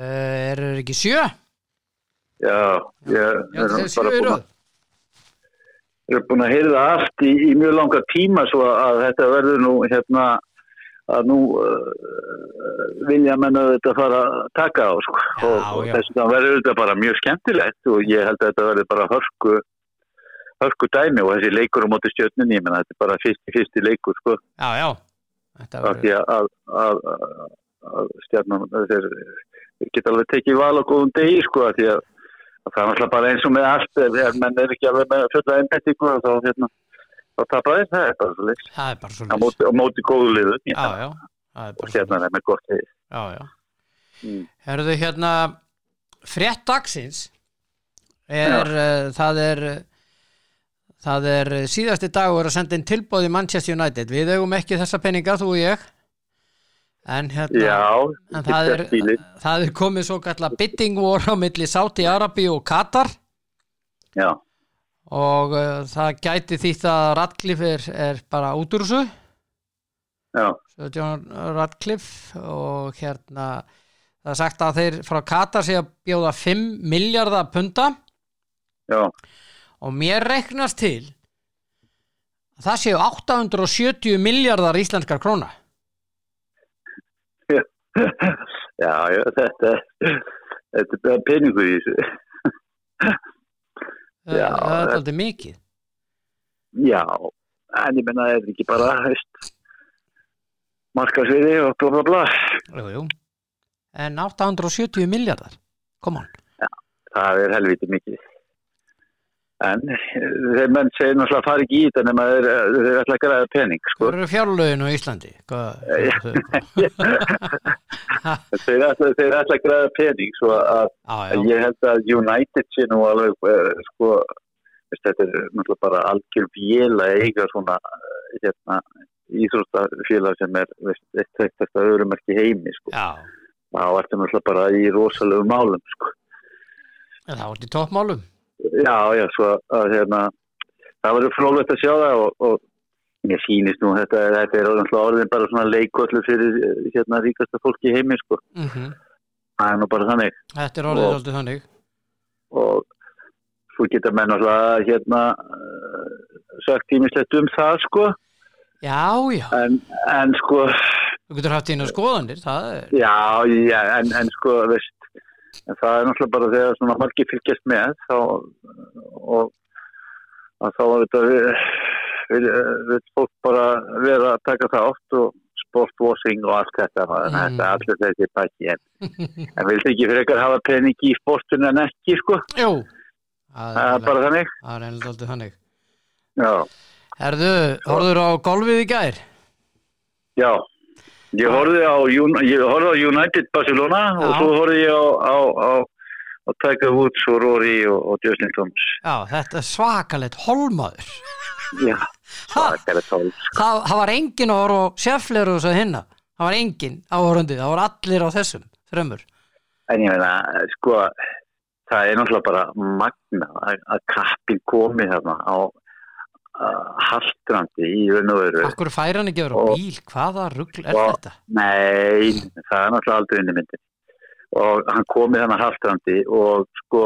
Uh, er það ekki sjö? Já, ég Já, það er sjö í búin, röð. að- er búin að heyrða allt í, í mjög langa tíma svo að þetta verður nú hérna að nú uh, vilja menn að þetta fara að taka á sko. Já, og, og já. þess vegna verður þetta bara mjög skemmtilegt og ég held að þetta verður bara hörku hörku dæmi og þessi leikur á móti stjörnunni, ég menna þetta er bara fyrsti, fyrsti leikur sko, Já, já. Þetta af því verður, að, að, að, að, að stjarnan þeir þeir geta alveg tekið val á góðum degi sko af því að, að það er náttúrulega bara eins og með allt ef- ef menn er ekki alveg með fulla einbettingu þá hérna þá tapar þeir það er bara svo leiks það er bara svo á móti, á móti góðu liðu Já, já. Það er og bara svo stjarnan er með gott degi Já, já. Mm. Herðu hérna frétt dagsins er, uh, það er eh, það er eh, síðasti dagur að senda inn tilbóð í Manchester United við eigum ekki þessa peninga, þú og ég en hérna já, en það, er, stíli það er komið svo kallar bidding war á milli Saudi Arabi og Katar já, og uh, það gæti þýtt að Radcliffe er, er bara út úr þessu já, Svo John Radcliffe og hérna það er sagt að þeir frá Katar sé að bjóða 5 miljardar punta já og mér reiknast til að það séu 870 miljardar íslenskar króna já, já, þetta þetta er bara peningur í þessu Það- Já, það er það- aldrei mikið Já, en ég menna það er ekki bara, veist, markasviði og bla bla bla. jú, jú. en 870 miljardar kom on Það er helviti mikið. En eh, þeir menn segir náttúrulega fara ekki í þetta nema þeir, þeir ætla að græða pening, sko. hvað eru fjárlögin á Íslandi hvað, Eh, hvað, hvað. Þeir ætla, þeir ætla að græða pening, svo að á, að já, ég held að United sé nú alveg, eh, sko, veist, þetta er náttúrulega bara algjör vél að eiga svona, eh, hérna, íþróttafélag sem er, veist, eitt þekktasta örumarki heimi, sko. já, þá ertu náttúrulega bara í rosalegu málum sko. en það var í toppmálum já, já, svo að hérna það verður frólægt að sjá það og, og mér sýnist nú þetta, þetta er náttúrulega orðin bara svona leikvöldu fyrir eh, hérna ríkasta fólki í heimi sko. mhm það er nú bara þannig Þetta er orðið Og- alltaf þannig. og svo geta menn alltaf hérna eh, sagt tímislegt um það sko Já, já, en, en sko þú getur haft þínu skoðanir, það er, já, já en, en sko veist, en það er náttúrulega bara þegar svona margir fylgjast með þá og að þá var þetta við, við, við fólk bara vera að taka það oft og sportwashing og allt þetta mm. Mm. þetta er allir þessi pakki en, en vildi ekki fyrir ekkert hafa pening í sportun en ekki sko, jú, það er það er Eh, bara þannig reynilega alltaf þannig. já, Herðu, horfður á golfið í gær? já ég horfði á, Un- ég horfði á United Barcelona og Já. svo horfði ég á, á, á, á Tiger Woods og Rory og, og Justin Thomas Já, þetta er svakalegt holmaður. já, Ha, það er tól það, það var engin að horfa á sjafleir og svo hinna. Það var engin áhorandi, það var allir á þessum, þrömmur. En ég meina, sko, það er náttúrulega bara magna að, að kappin komi þarna á uh, haldrandi í raun og veru. Akkur fær hann ekki að vera á Og- bíl, hvaða rugl er og- þetta? Nei, það er náttúrulega aldrei unni myndin. Og hann komi þarna haldrandi og sko,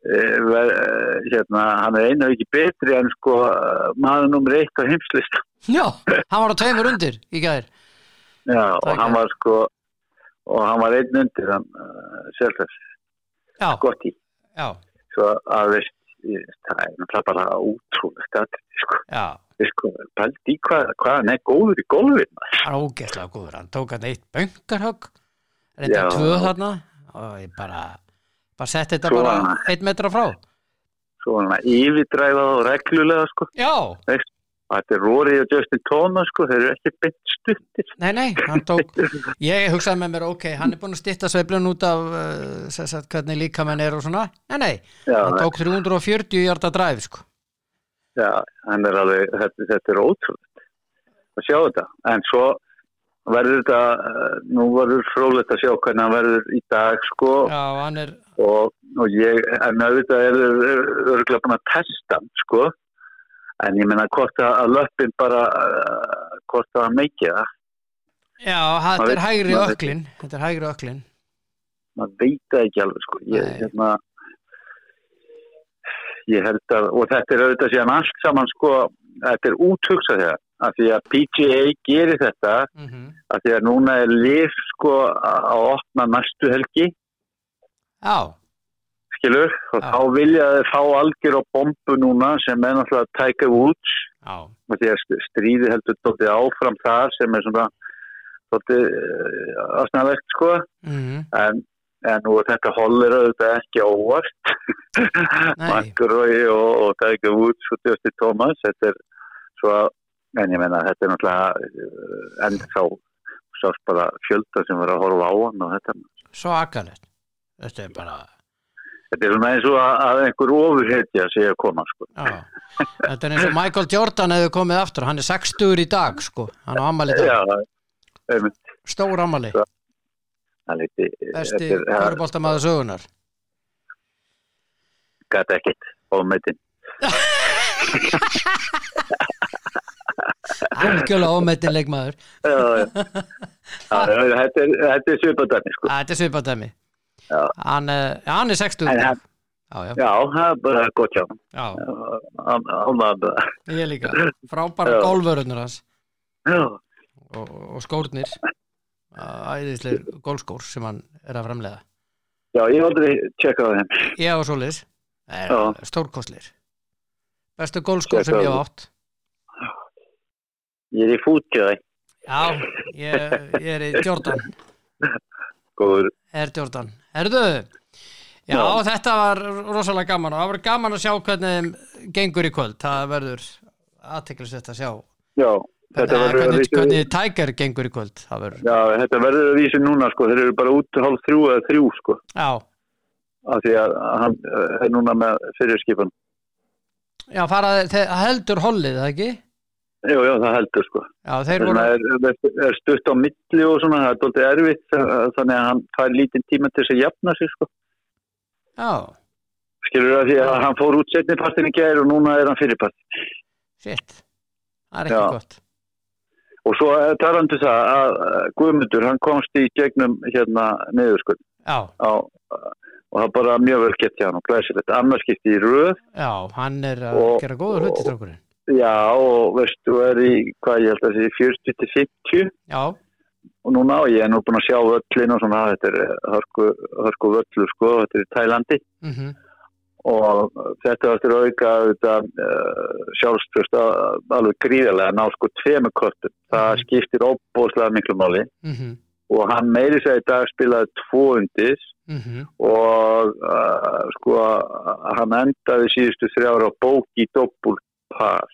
eh, ver, eh, hérna, hann er einu og ekki betri en sko eh, maður nummer eitt á heimslist. Já, hann var á tveimur undir í gær. Já, Það er og hann ekki- var sko, og hann var einn undir hann, uh, Selfers, Já, gott í. já, Svo að veist, ég- það er náttúrulega bara ótrúlegt að sko. já. sko, pælt í hvað, hvað hann er góður í golfin maður. Það var ógeðslega góður, hann tók hann eitt böngarhögg, reynda Já. tvö þarna og ég bara, bara sett þetta Svo bara var hann- eitt metra frá. svo hann að yfirdræfað og reglulega sko. Já, þetta er Rory og Justin Thomas sko, þeir eru ekki beint stuttir nei, nei, hann tók, ég hugsaði með mér, ok, hann er búin að stytta sveiflun út af, uh, sem sagt, hvernig líka menn er og svona, nei, nei, já, hann tók 340 hjarta dræf, sko. já, hann er alveg, þetta, þetta er ótrúlegt að sjá þetta en svo verður þetta eh, nú verður frólægt að sjá hvernig hann verður í dag sko Já, hann er, og, og ég, en auðvitað er örgulega búin að testa hann, sko en ég menna hvort að að löppin bara eh, hvort að hann meikið það eh, já, þetta veit- er hægri maður veit- öklin, þetta er hægri öklin. maður veit það ekki alveg sko. ég, Nei. hérna, ég held að og þetta er auðvitað síðan allt saman sko, þetta er úthugsað þegar af því að PGA gerir þetta Mm af því að núna er lif sko að að opna næstu helgi Já, skilur, og Já. þá vilja þeir fá algjör á bombu núna sem er náttúrulega Tiger Woods já, af því að st- stríði heldur tóttið áfram þar sem er svona tóttið uh, aðsnaðlegt sko mm en, en nú er þetta hollir auðvitað ekki óvart Nei. Markuroi og, og Tiger Woods og Justin Thomas þetta er svo en ég menna þetta er náttúrulega ennþá sást bara fjölda sem verður að horfa á hann og þetta, svo akkanett, þetta er bara... þetta er svona eins og að, að einhver ofurhetja sé að koma sko. Já, þetta er eins og Michael Jordan hefur komið aftur, hann er 60 í dag sko, hann á ammali Já, dag, það er einmitt- stór ammali það er liti besti þetta er körubóltamaður sögunar gæti ekkit ofmeitin algjörlega ómetin leikmaður Já, já. Já, já, þetta er, þetta er svipadæmi sko. Að þetta er svipatæmi Já. hann, eh, já, hann er 60 í En dag. hann- já, já, Já, það er bara gott hjá hann. já, hann hann var bara ég líka frábæra Já. golfvörðnur hans Já, og, og skórnir æðisleir golfskór sem hann er að framlega já, ég hef aldrei tjekkað á þeim. ég og svoleiðis Eh, Já. stórkostleir bestu golfskór sem ég hef átt Ég er í fútjöði, já, ég, ég er í Jordan góður. er Jordan. Herðu, já, Já. þetta var rosalega gaman og það var gaman að sjá hvernig þeim gengur í kvöld. Það verður aðteklisvett að sjá Já, hvernig, þetta verður að hvernig, vísu, hvernig Tiger gengur í kvöld. Það verður, já, þetta verður að vísu núna, sko. Þeir eru bara út hálf þrjú eða þrjú, sko. já, Af því að hann eh, er núna með fyrirskipan. já, fara, þeir, heldur hollið, eða ekki? Jú, já, það heldur, sko. Já, þeir Þess voru, vegna er, er, er stutt á milli og svona, það er doldið erfitt. eh, Þannig að hann fær lítinn tíma til þess að jafna sig, sko. já, Skilur það því að hann fór út setni partin í gær og núna er hann fyrirpart. shit, það er ekki Já. gott. Og svo eh, talandi um það að eh, Guðmundur, hann komst í gegnum hérna niðurskull. já, á, eh, og það er bara mjög vel gett hjá hann og glæsilegt annarskipti í röð já, hann er að Og- gera góða hluti, og- strákurinn. já og veistu er í hvað ég held að sé 40 til 50 Já, og núna og ég er nú búin að sjá völlin og svona þetta er eh, hörku, hörku völlu sko þetta er í Tælandi mhm, og þetta var til að auka þetta uh, sjálfströst alveg gríðarlega að ná sko tveimu kortum það skiptir óbúslega miklu máli mhm, og hann meiri sér í dag spilaði tvo undis mhm, og uh, sko hann endaði síðustu þrjára á bóki doppulpar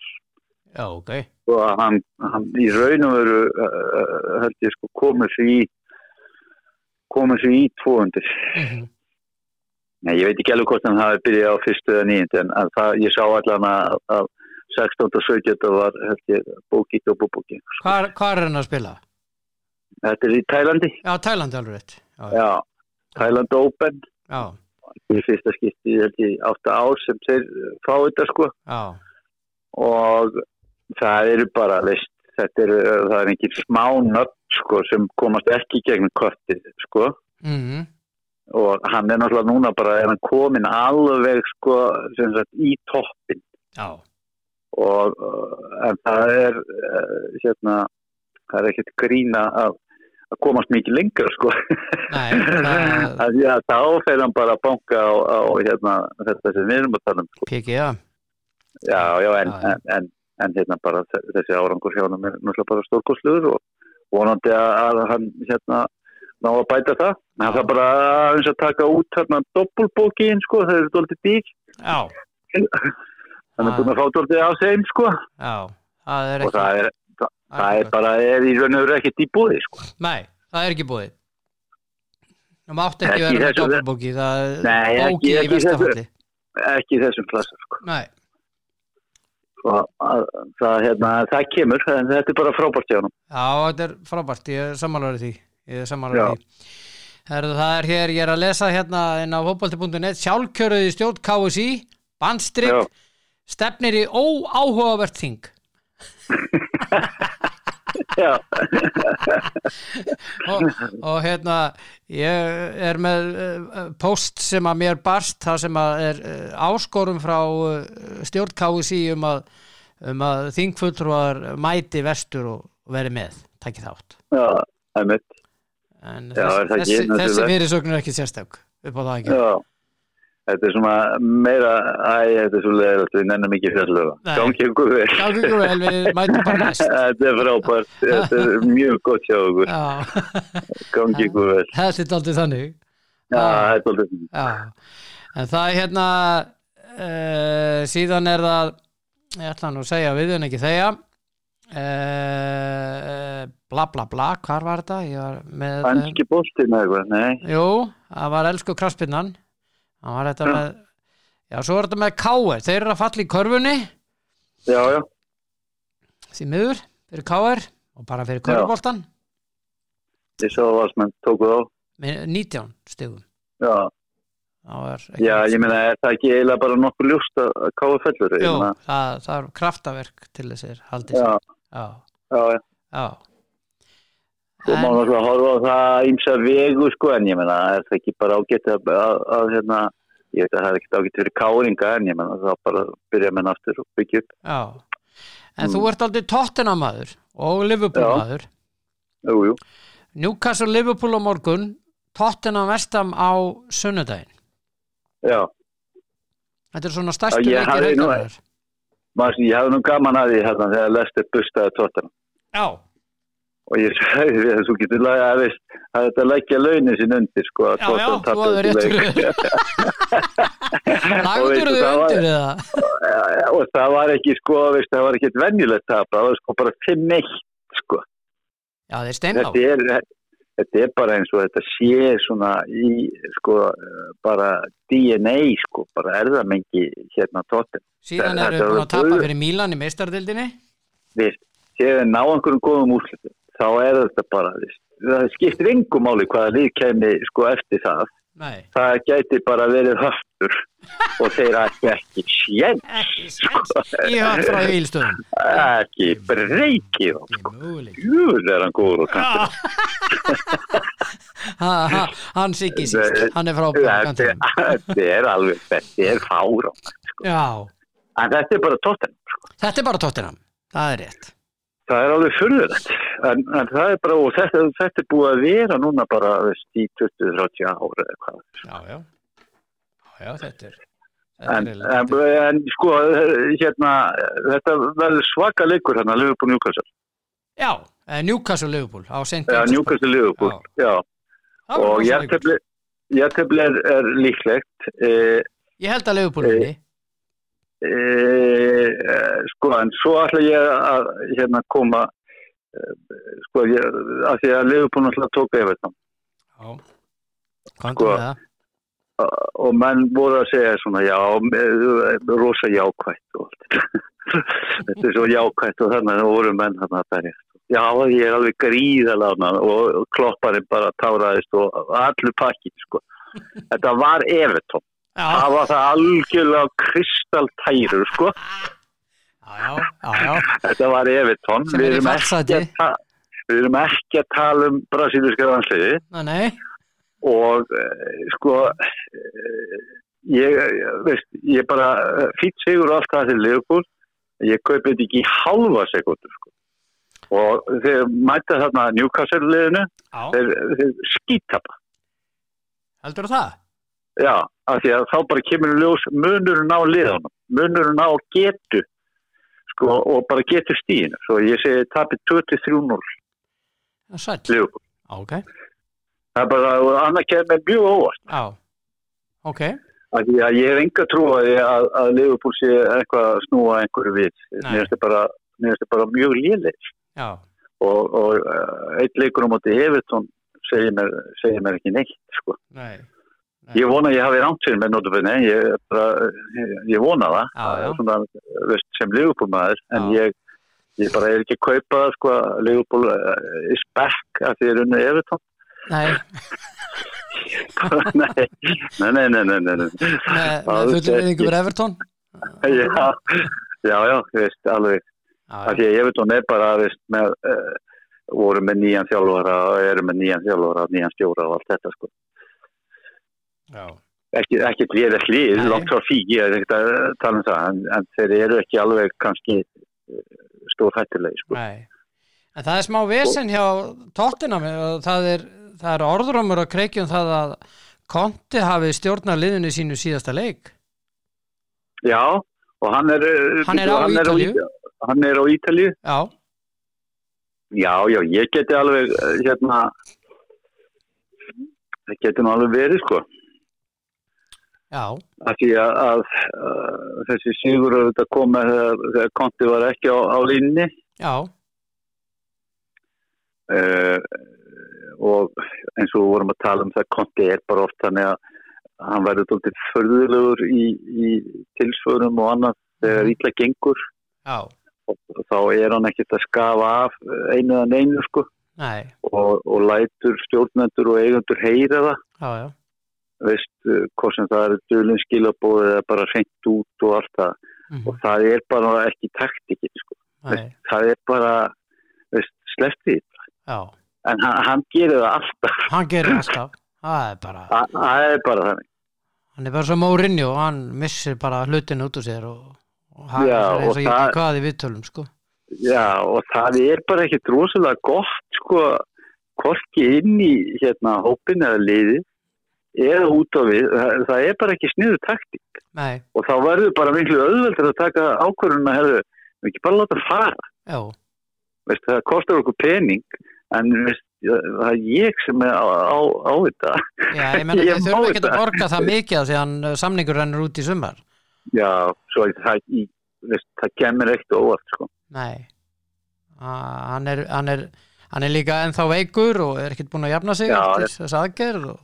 já, ok, og hann, hann í raun og veru uh, held ég sko komið sér í komið sér í tvo undis mhm, Nei, ég veit ekki alveg hvort hann hafi byrjað á fyrstu eða nýjönd en að það, ég sá allan að, að 16. og 17. var held ég, bóki og búbóki. hvar, hvar er hann að spila? Þetta er í Tælandi? Já, Tælandi alveg rétt, já, Já. Tæland Open, já, í fyrsta skipti held ég átta ár sem þeir eh, fá þetta sko já, og það eru bara, veist, þetta eru, eh, það er engin smá nöfn sko sem komast ekki í gegnum kortið sko mhm, og hann er náttúrulega núna bara, er hann komin alveg sko sem sagt í toppin já, og uh, en það er uh, hérna það er ekkert grína að, að komast mikið lengra sko nei, það, að já, þá fer hann bara að banka á, á hérna, þetta sem við erum að tala um sko. PGA, já, já, en, Já, já. en, en, en hérna bara þe- þessi árangur hjá hann er náttúrulega bara stórkostluður og vonandi að, að hann hérna ná að bæta það en það er bara aðeins að taka út hérna doppulbókin sko, það er doldið dýr já, hann Ah. er búin að fá doldið á þeim sko já, það er ekki, og það er Það er bara, er í raun og veru ekkert í búði, sko. nei, það er ekki búið. Það mátt ekki Ekki vera með þessu- doppelbóki, það Nei, er ekki- bóki í ekki þessu. vestafalli. Ekki í þessum klassa, sko. Nei, Og, að, það, hérna, það kemur, en þetta er bara frábært hjá hann. já, þetta er frábært, ég er sammálaður því, ég er Já. sammálaður því. Herðu, það er hér, ég er að lesa hérna inn á fótbolti.net, sjálfkjöruð í stjórn KSI, Já. bandstrykk, stefnir í óáhugavert þing. Já, og, og hérna ég er með uh, post sem að mér barst það sem að er uh, áskorum frá uh, stjórn KSI um að, um að þingfulltrúar mæti vestur og veri með takki þátt já, einmitt. en Já, er það ekki þessi, náttúrulega? þessi fyrirsögn er ekki sérstök upp á það ekki Já. Þetta er svona meira, æ, þetta er svo leiðilegt, við nennum ekki fjallulega. Nei. Gangi ykkur vel. Gangi ykkur vel, við mætum bara næst. þetta er frábært, þetta er mjög gott hjá ykkur. já, Gangi ykkur vel. þetta er aldrei þannig Já, þetta er aldrei. Já, en það er hérna uh, síðan er það ég ætla nú að segja við en ekki þeia uh, bla bla bla hvar var þetta? Ég var með eh, Hanski bóttinn eitthvað, nei. Jú, það var elsku kraspinnan það var þetta Já. með Já, svo er þetta með K.R. Þeir eru að falla í körfunni Já, já, því miður fyrir K.R. og bara fyrir Já. körfuboltan ég sá að valsmenn tókuð á. með 19 stigum Já, Það var ekki- já, ég meina, er það ekki eiginlega bara nokkuð ljúst að að káða fellur? Ég Jú, meina, það, það er kraftaverk til þessir haldið Já, sér. Já, já, já. já Svo má En- náttúrulega horfa á það ímsa vegu sko en ég menna er það ekki bara ágætt að, að, að hérna, ég veit að það er ekkert ágætt fyrir káringa en ég menna það bara byrja menn aftur og byggja upp. Já, en Mm. þú ert aldrei tóttina maður og Liverpool Já. maður Jú, jú. Newcastle Liverpool á morgun tóttina vestam á sunnudaginn Já, Þetta er svona stærstu Já, ég leikir hafði nú- helgarinnar. maður sem ég hafði nú gaman að því hérna þegar lest upp bustaði tóttan Já, og ég sagði við að þú getur laga að veist að þetta leggja launin sín undir sko að já, já, Tottenham þú tapi hafði þessum réttur leik. Og Lagður veistu, þau það var- undir það Eh, og það var ekki sko, veist, það var ekki venjulegt tap, það var sko bara 5-1 sko. Já, þeir steinlá þetta er, þetta er bara eins og þetta sé svona í sko eh, bara DNA sko, bara erðamengi hérna tóttin. Síðan þetta eru er búin að alveg tapa guð. fyrir Mílan í meistardildinni Vist, séu ná einhverjum góðum úrslutum, þá er þetta bara, vist, það skiptir engum máli hvaða lið kemi sko eftir það. Nei, Það gæti bara verið höftur og þeir ætti ekki sjens, ekki sens Ég hafði frá Ílstöðum ekki breykið. Ekki möguleik Júl er hann góður og kannski. Já Ha- ha- hann Siggi síst, hann er frábær á þetta kantinum. þetta er alveg, þetta er fár Já, en þetta er bara tóttan þetta er bara tóttinam, það er rétt. það er alveg furðulegt en, en það er bara, og þetta, þetta er búið að vera núna bara veist, í 20-30 ára eða hvað Já, já, já, já þetta er, þetta en, eh, er eiginlega- en, en sko hérna, þetta verður svaka leikur hérna, Liverpool Newcastle Já, eh, Newcastle Liverpool á sent ja, Newcastle Liverpool, já, og jættefli jættefli er, er líklegt e, Ég held að Liverpool vinni. Eh, e, sko en svo ætla ég að hérna koma eh, sko ég, að því að Liverpool náttúrulega tók eða þetta Já. Komdu Sko, með það. og menn voru að segja svona já, eh, rosa jákvætt og allt þetta. þetta er svo jákvætt og þannig að voru menn þarna að berja já, ég er alveg gríðalána og klopparinn bara táraðist og allur pakkin sko þetta var evertón, Já, það var það algjörlega kristaltæru sko, já, já, já, þetta var evertón Sem er í fallsæti. ta- við erum ekki að tala um brasilíska landsliði já, nei, og eh, sko eh, ég, eh, veist, ég bara eh, fýtt sigur og allt það til Leopold ég kaupi þetta ekki í halva sekundu sko. og þeir mæta þarna Newcastle liðinu já, þeir, þeir skítapa heldur það? já, af því að þá bara kemur í ljós munurinn á liðanum munurinn á getu sko, og bara getu stíðinu svo ég segi tapir 23-0 Já, Sæll, Leopold Já, ok, það er bara, og annað kemur mjög óvart já, ok, Af Því að ég hef enga trú að, því að, að Liverpool sé eitthvað að snúa einhverju við. Nei. Mér finnst þetta bara, mér finnst þetta bara mjög léleg. já, Og, og uh, eitt leikur á móti Evertón segir mér, segir mér ekki neitt. Sko. nei, Ég vona að ég hafi rámt fyrir mér notabenni. Ég, er bara- ég, ég vona það Já, já. Svona, eh, veist, sem Liverpool maður. En Já. ég, ég bara er ekki að kaupa það. Sko, að Liverpool uh, is back að því er unni Evertón. nei, nei, nei, nei, nei, nei, nei, nei. með, Það með er fullur ekki- yðingur Everton. Já, já, já, þú veist, alveg Já, Af því að ég veit hún er bara, veist, með, uh, voru með nýjan þjálfara og eru með nýjan þjálfara, nýjan stjóra og allt þetta, sko. já, Ekki, ekki ég er slíð, Nei. langt frá því, ég er ekkert að tala um það, en, en þeir eru ekki alveg kannski stór hættilegi, sko. nei. En það er smá vesen hjá tóttinam og það er, það er orðrömmur að kreikjum um það að Konti hafi stjórnað liðinu sínu síðasta leik. Já, og hann er, eh, Hann er á Ítalíu. Íta- Hann er á Ítalíu, Já, já, já, ég geti alveg, eh, hérna, það geti nú alveg verið, sko. já, af því að, að, að þessi sigur auðvitað kom með þegar, þegar Konti var ekki á, á línni já, uh, og eins og við vorum að tala um það Konti er bara oft þannig að hann verður tóttið förðulegur í, í tilsvörum og annað þegar ítla gengur já, og þá er hann ekkert að skafa af einu að neinu sko nei, og, og lætur stjórnendur og eigundur heyra það já, já, veist, eh, hvort sem það eru dölum skilabóðið eða bara hreint út og allt það mhm, og það er bara ekki taktikinn sko nei, það er bara veist, sleftið já. en hann, hann gerir það alltaf Hann gerir alltaf, það er bara... Þa- það er bara þannig hann er bara svo mórinni og hann missir bara hlutin út úr sér og, og hann Já, er eins og og ég það- ekki hvað í viðtölum sko. Já, og það er bara ekkit rosalega gott sko korki inn í hérna hópin eða liði eða út á við það, það er bara ekki sniður taktík nei, og þá verður bara miklu auðveldur að taka ákvörðuna herðu, við ekki bara láta fara já, veist, það kostar okkur pening en veist, það er ég sem er á, á, á þetta já ég menna Ég þau þurfa má ekki að þetta. borga það mikið af því að samningur rennur út í sumar Já, svo að það, í- veist, það kemur eitt óvart sko nei A, hann, er, hann, er, hann er líka ennþá veikur og er ekkert búin að jafna sig Já, eftir já. þess aðgerð og,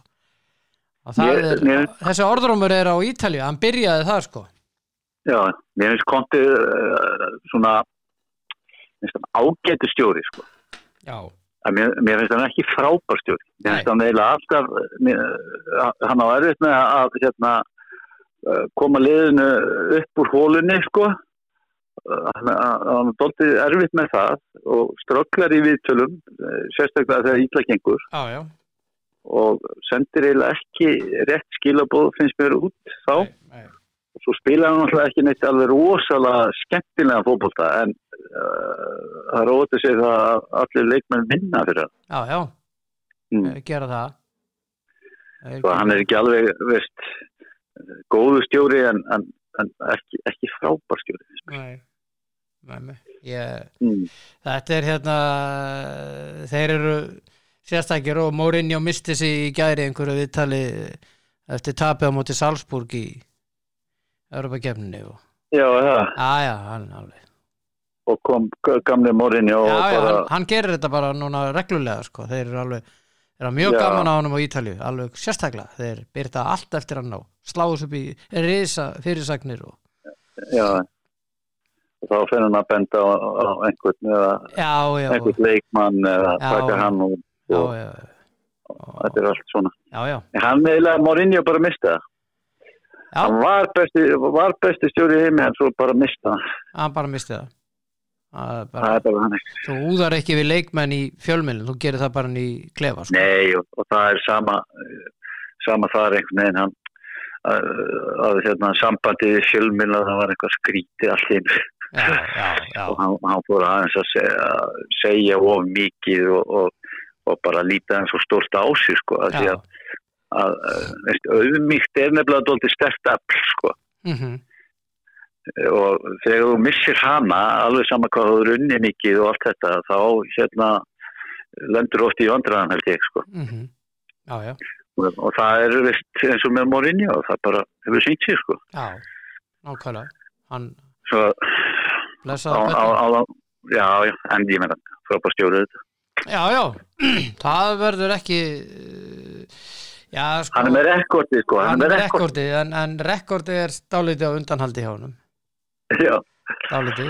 og það Mér- er, mér- þessi orðrumur er á Ítalju hann byrjaði það sko Já, mér finnst kontið uh, svona minnst hann ágættu stjóri sko. já, En mér, mér finnst hann ekki frábær stjóri mér finnst hann eiginlega alltaf mér, uh, hann á erfitt með að hérna, uh, koma liðinu upp úr hólunni sko. Uh, hann hann- hann er doldið erfitt eh, með það og strögglar í viðtölum uh, sérstaklega þegar ítla gengur já, já, og sendir eiginlega ekki rétt skilabóð finnst mér út þá nei. og svo spilaði hann alltaf ekki neitt alveg rosalega skemmtilega fókbólta en uh, það róti sig það að allir leikmenn minna fyrir hann Já, já, mm. þeir gera það. Þeir og gera- Sko, hann er ekki alveg veist, góðu stjóri en, en, en ekki, ekki frábær stjóri finnst mér. Nei, nei, nei. Ég, mm. þetta er hérna, þeir eru sérstakir og Mourinho misti sig í gæri einhverju viðtali eftir tapið á móti Salzburg í Europakefninu og já það aðja, hann alveg. og kom gamli morinni og Já, já, bara hann, hann gerir þetta bara núna reglulega sko, þeir eru alveg, þeir eru mjög Já. gaman á honum á Ítalju, alveg sérstaklega, þeir byrta allt eftir hann á, sláðs upp í risa fyrirsagnir og já, og þá fer hann að benda á, á einhvern eða já, já, já, einhvern leikmann eða Já. taka hann og, já, og já, þetta er allt svona já, já, En hann eiginlega Mourinho bara mista það já. hann var besti, var besti stjóri í heimi en svo bara mista það hann bara misti það það er bara, það er bara hann ekki þú úðar ekki við leikmenn í fjölmjölin, þú gerir það bara hann í klefa sko. nei og, og það er sama sama þar einhvern veginn hann að, að hérna sambandið í fjölminn að það var eitthvað skrítið allt heim já, já, já, og hann, hann fór aðeins að segja, segja of mikið og, og, og bara líta eins og stórt á sig sko að því já. að að, eh, veist, auðmíkt er nefnilega doldið stert afl sko Mm og þegar þú missir hana alveg sama hvað þú er unni mikið og allt þetta þá hérna lendur oft í vandræðan held ég sko mhm. já, já, og, og það er veist eins og með Mourinho það bara hefur sýnt sér sko já nákvæmlega, hann svo á, blessaði á, börnin. á, já, já, en ég meina frábær stjórið þetta já, já, það verður ekki eh, já, sko hann er með rekordið sko hann er með rekord- rekordi, en, en rekordi er dálítið á undanhaldi hjá honum já, dálítið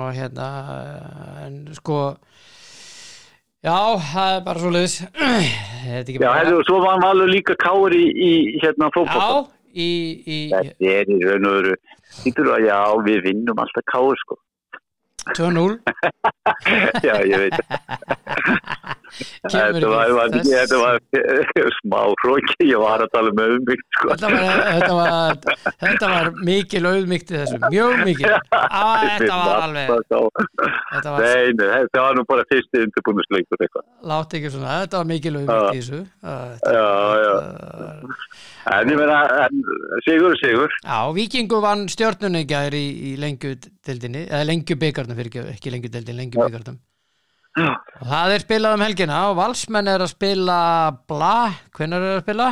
og hérna en sko já, það er bara svo leiðis þetta já hefðu, svo var hann alveg líka káur í, í hérna fótboll já, í, í þetta er í raun og veru Ítur að já, við vinnum alltaf káur sko. 2-0 Já, ég veit. kemur Þetta var, var, þess. þetta var smá hróki, ég var að tala með umvikt sko. Þetta var, þetta, var, þetta var mikil auðmygt í þessu, mjög mikil ah, þetta var alveg þetta var Nei, nei, þetta var nú bara fyrsti undirbúinusleikur eitthvað. látt ekki svona, þetta var mikil auðmygt í þessu Ah, þetta Já, já. var- En ég meina, en, sigur, er sigur. Já, Víkingu vann stjórnunni gær í, í lengju deildinni, eða lengju byggarnum fyrir ekki, ekki lengju deildin, lengju byggarnum. Já. Og það er spilað um helgina og Valsmenn er að spila bla, hvenær er að spila?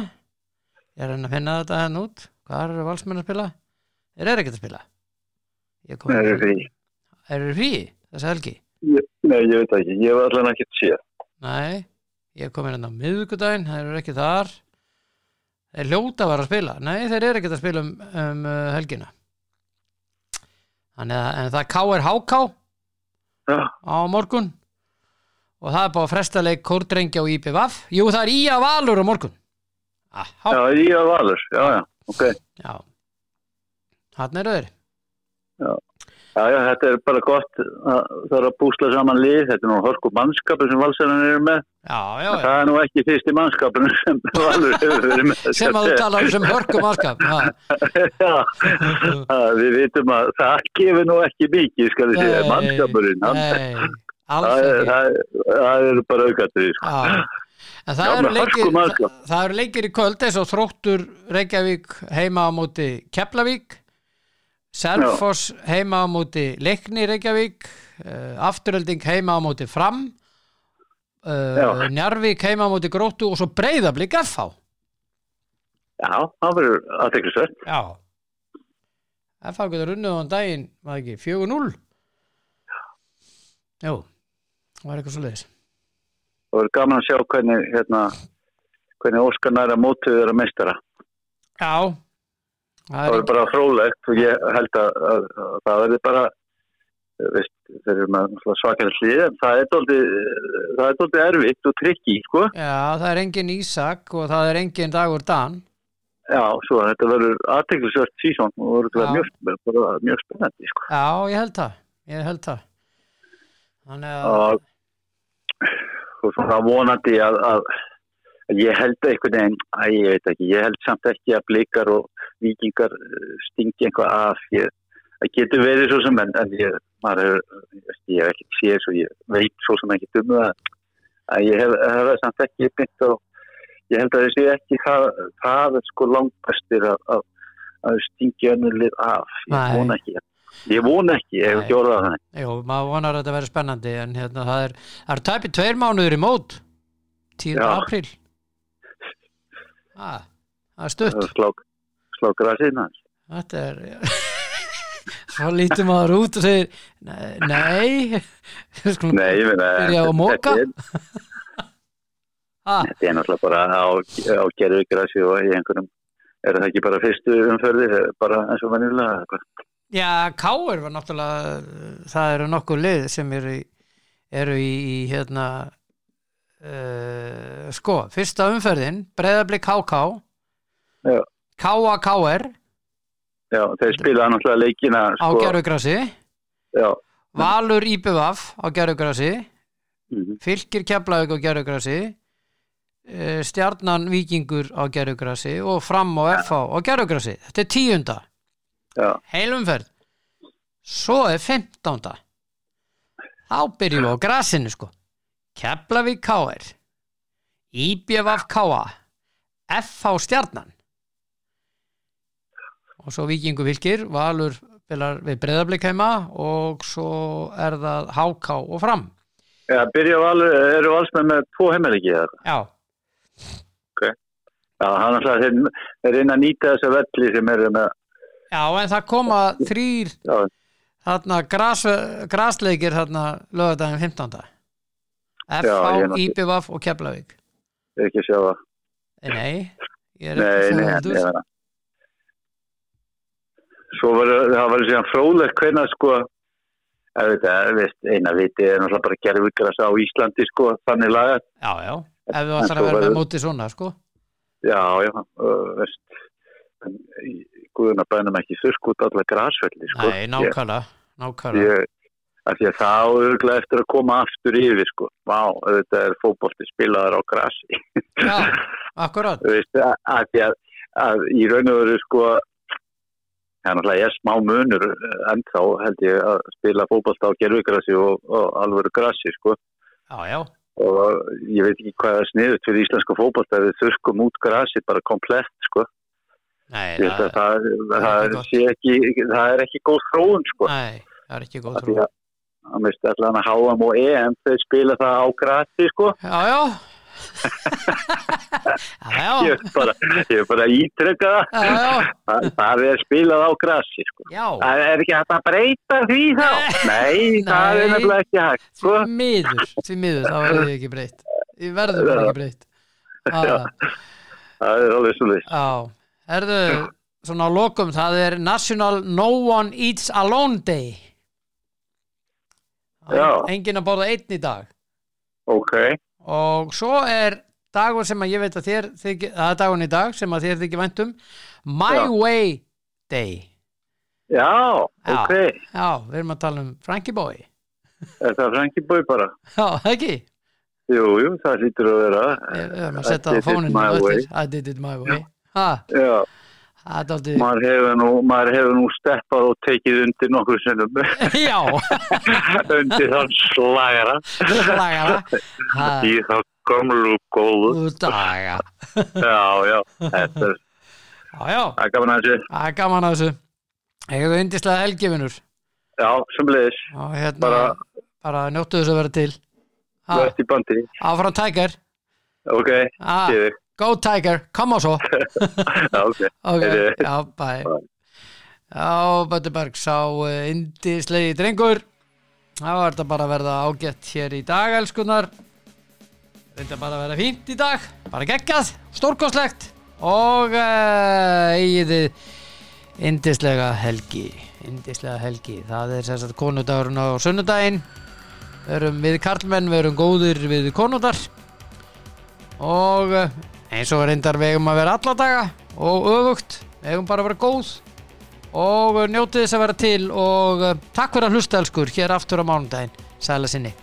Ég er að reyna að finna þetta henn út. Hvað er Valsmenn að spila? Þeir eru ekkert að spila. Ég kom- Nei, ég veit ekki. Eru þeir frí þessa helgi? Ég- Nei, ég veit ekki, ég var allan ekki að sé. Nei, ég kom inn á miðvíkudaginn, þeir eru ekki þar. Þeir hljóta að vera að spila. Nei, þeir eru ekki að spila um, um uh, helgina. Þannig að en það KR HK Já, á morgun og það er búið að fresta leik kórdrengja og IPVaf. Jú, það er í að valur á morgun. Aha, já, já. ég var valur, já, já, ok. já. Hann eru þeir. Já, já, þetta er bara gott, að- það er að búsla saman lið, þetta er nú hörku mannskapu sem valsarinn eru með. Já, já, já. Það er nú ekki fyrsti mannskapinu sem valur hefur verið með. Sem að þú talar um sem hörkum áskap. Já, að við vitum að það gefur nú ekki mikið, skal ég segja, mannskapurinn, hann- Nei, alls það ekki. það- það eru bara aukatrið, sko. Já. En það, Já, eru með leikir, hörkum það, aðskap. það eru leikir í kvöld eins og þróttur Reykjavík heima á móti Keflavík Selfoss heima á móti Leikni Reykjavík uh, Afturölding heima á móti Fram uh, Já. Njarvík heima á móti Gróttu og svo Breiðablík FH Já, það verður aðteklisvert. Já FH getur unnið á daginn var ekki 4-0 Jú, það var eitthvað svo leiðis Það verður gaman að sjá hvernig, hérna, hvernig Óskar næra mótið þeirra meistara. Já Það Það er verður bara frólægt og ég held að, að, að það verður bara, veist, þeir eru með svakar hlið, en það er doldið, það er doldið erfitt og trikki, sko. Já, það er engin Ísak og það er engin Dagur Dan. Já, svo þetta verður aðteklisvert sísón og verður Já. mjög, bara mjög spennandi, sko. Já, ég held það. Ég held það. Þannig að, og og svona vonandi að, að Ég held einhvern veginn, að ég veit ekki, ég held samt ekki að blikar og vikingar eh, stingi eitthvað af. Ég, það getur verið svo sem, en, en ég, maður hefur, ég hef ekki séð svo, ég veit svo sem ekki um það. Að ég hef, hef það samt ekki uppbyggt og ég held að þessi ekki það, það er sko langbæstir að, að, að stingi önnur lið af. Ég Nei. vona ekki, ég vona ekki, ég hef Nei. ekki orðað þannig. Jú, maður vonar að þetta verður spennandi en hérna, það er, það er tæpi tveir mánuður í mót 10. Já. apríl Ah, Það er stutt Slá, slá grasið næst. Þetta er Svo lítur maður út og segir Nei, nei. Við skulum- Nei, ég meina, Mm. Byrja á að moka? þetta er- Ah, Þetta er náttúrulega bara á, á gerðugrasi og í einhverjum, er það ekki bara fyrstu umferði, bara eins og venjulega? eða hvað? Já, Káir var náttúrulega það eru nokkuð lið sem eru í, eru í, í hérna uh, sko, fyrsta umferðin breyðabli KK Já. KA KR Já, þeir spilaði náttúrulega leikina, á sko. Gerðugrasi Já, Valur Íbjöfaf á Gerðugrasi mhm, Fylkir Keflavík á Gerðugrasi uh, Stjarnan Víkingur á Gerðugrasi og Fram og FH á Gerðugrasi þetta er tíunda, já, heilumferð svo er femtánda þá byrjum við á grasinu sko Keflavík KR Íbjöfaf KA FH Stjarnan og svo Víkingu Fylkir Valur spilar við breyðarblik heima og svo er það HK og Fram já, byrja val, eru valsmenn með tvo heimilegi eða? eitthvað? Já, Já, það er náttúrulega, þeir, þeir reyna að nýta þessa velli sem eru með, já en það koma þrýr já, þarna gras, grasleikir þarna lögadaginn 15. Já, ég FH, er náttúrulega- IPVF og Keflavík. ég ekki að sjá það. Eh, Nei, ég er Nei, ekki nei, svo en heldur. ég verða. Svo verður, það verður síðan fróðlegt hvernig sko, að veit að, veist, eina viti er náttúrulega bara gerðugrasi á Íslandi sko, þannig lagat. Já, já, ef við ætlar svo að vera með verður- móti svona, sko. Já, já, uh, veist, en í- í guðuna bænum ekki þurrk út alla grasfelli sko. Nei, nákvæmlega, nákvæmlega. Ég, af því að það auðvitað eftir að koma aftur yfir sko. Vá, þetta er fótbolti spilaðar á grasi. Já, akkurat. Þú veist, að, að, því að, að í raun og veru sko það er náttúrulega ég smá munur eh, ennþá held ég að spila fótbolta á gerfugrassi og, og alvöru grassi sko Já, já, og ég veit ekki hvað er sniðut fyrir íslenska fótbolta að við þurrkum út grassi bara komplett sko nei, Ég veist að það, það, það er ekki það, það, gott. sé ekki, það er ekki góð þróun sko nei, það er ekki góð Af því trú. að að minnst allan að HM og EM þau spila það á grassi sko Já, já. Já, já, ég er bara, ég er bara að ítrykka það já, já, Það- það er spilað á grassi sko. já, Það er ekki hægt að breyta því þá. Nei, það er Nei. nefnilega ekki hægt. Sko. því miður, því miður, það verður ekki breytt. Við verðum bara ekki breytt. Já, Það er alveg svo leys. Já, herðu, svona á lokum, það er National No One Eats Alone Day. Það er Já. Enginn að borða einn í dag. Ok, Og svo er dagur sem að ég veit að þér, þyki, það er dagun í dag sem að þér þykir væntum, My Já. Way Day. já, Já. ok. Já, við erum að tala um Frankie Boy. Er það Franki Bói bara? Já, það ekki? Jú, jú, það lítur að vera. Við við erum að I setja það á did it fóninu my á way. eftir. I did it my way. Ha, Já, það er aldrei... maður hefur nú, maður hefur nú steppað og tekið undir nokkur sinnum. Já, undir þann slagara. hluglaga það. Í þá komlu góðu. Þú daga. Já, já, þetta er, Já, já. það er gaman að þessu. Það er gaman að þessu. Eigum við yndislega helgifinur Já, sem leys. og hérna bara, Bara- njóttu þess að vera til. Ha, Þú ert í bandi. áfram Tiger. Ok, Ha, sé þig. go Tiger, koma svo. Já, ok. Okay. Heyrðu. Já, bæ. Bye. Já, Bötti Berg sá eh, yndislegi drengur. Það var þetta bara að verða ágætt hér í dag, elskunar. Þetta bara að vera fínt í dag. Bara geggjað, stórkoslegt og uh, eigið þið Indislega helgi, indislega helgi, það er sem sagt konudagurinn á sunnudaginn, við erum við karlmenn, við erum góðir við konudar og eh, eins og reyndar við eigum að vera alla daga og öfugt, við eigum bara að vera góð og eh, njótið þess að vera til og eh, takk fyrir að hlusta elskur hér aftur á mánudaginn, sæla sinni.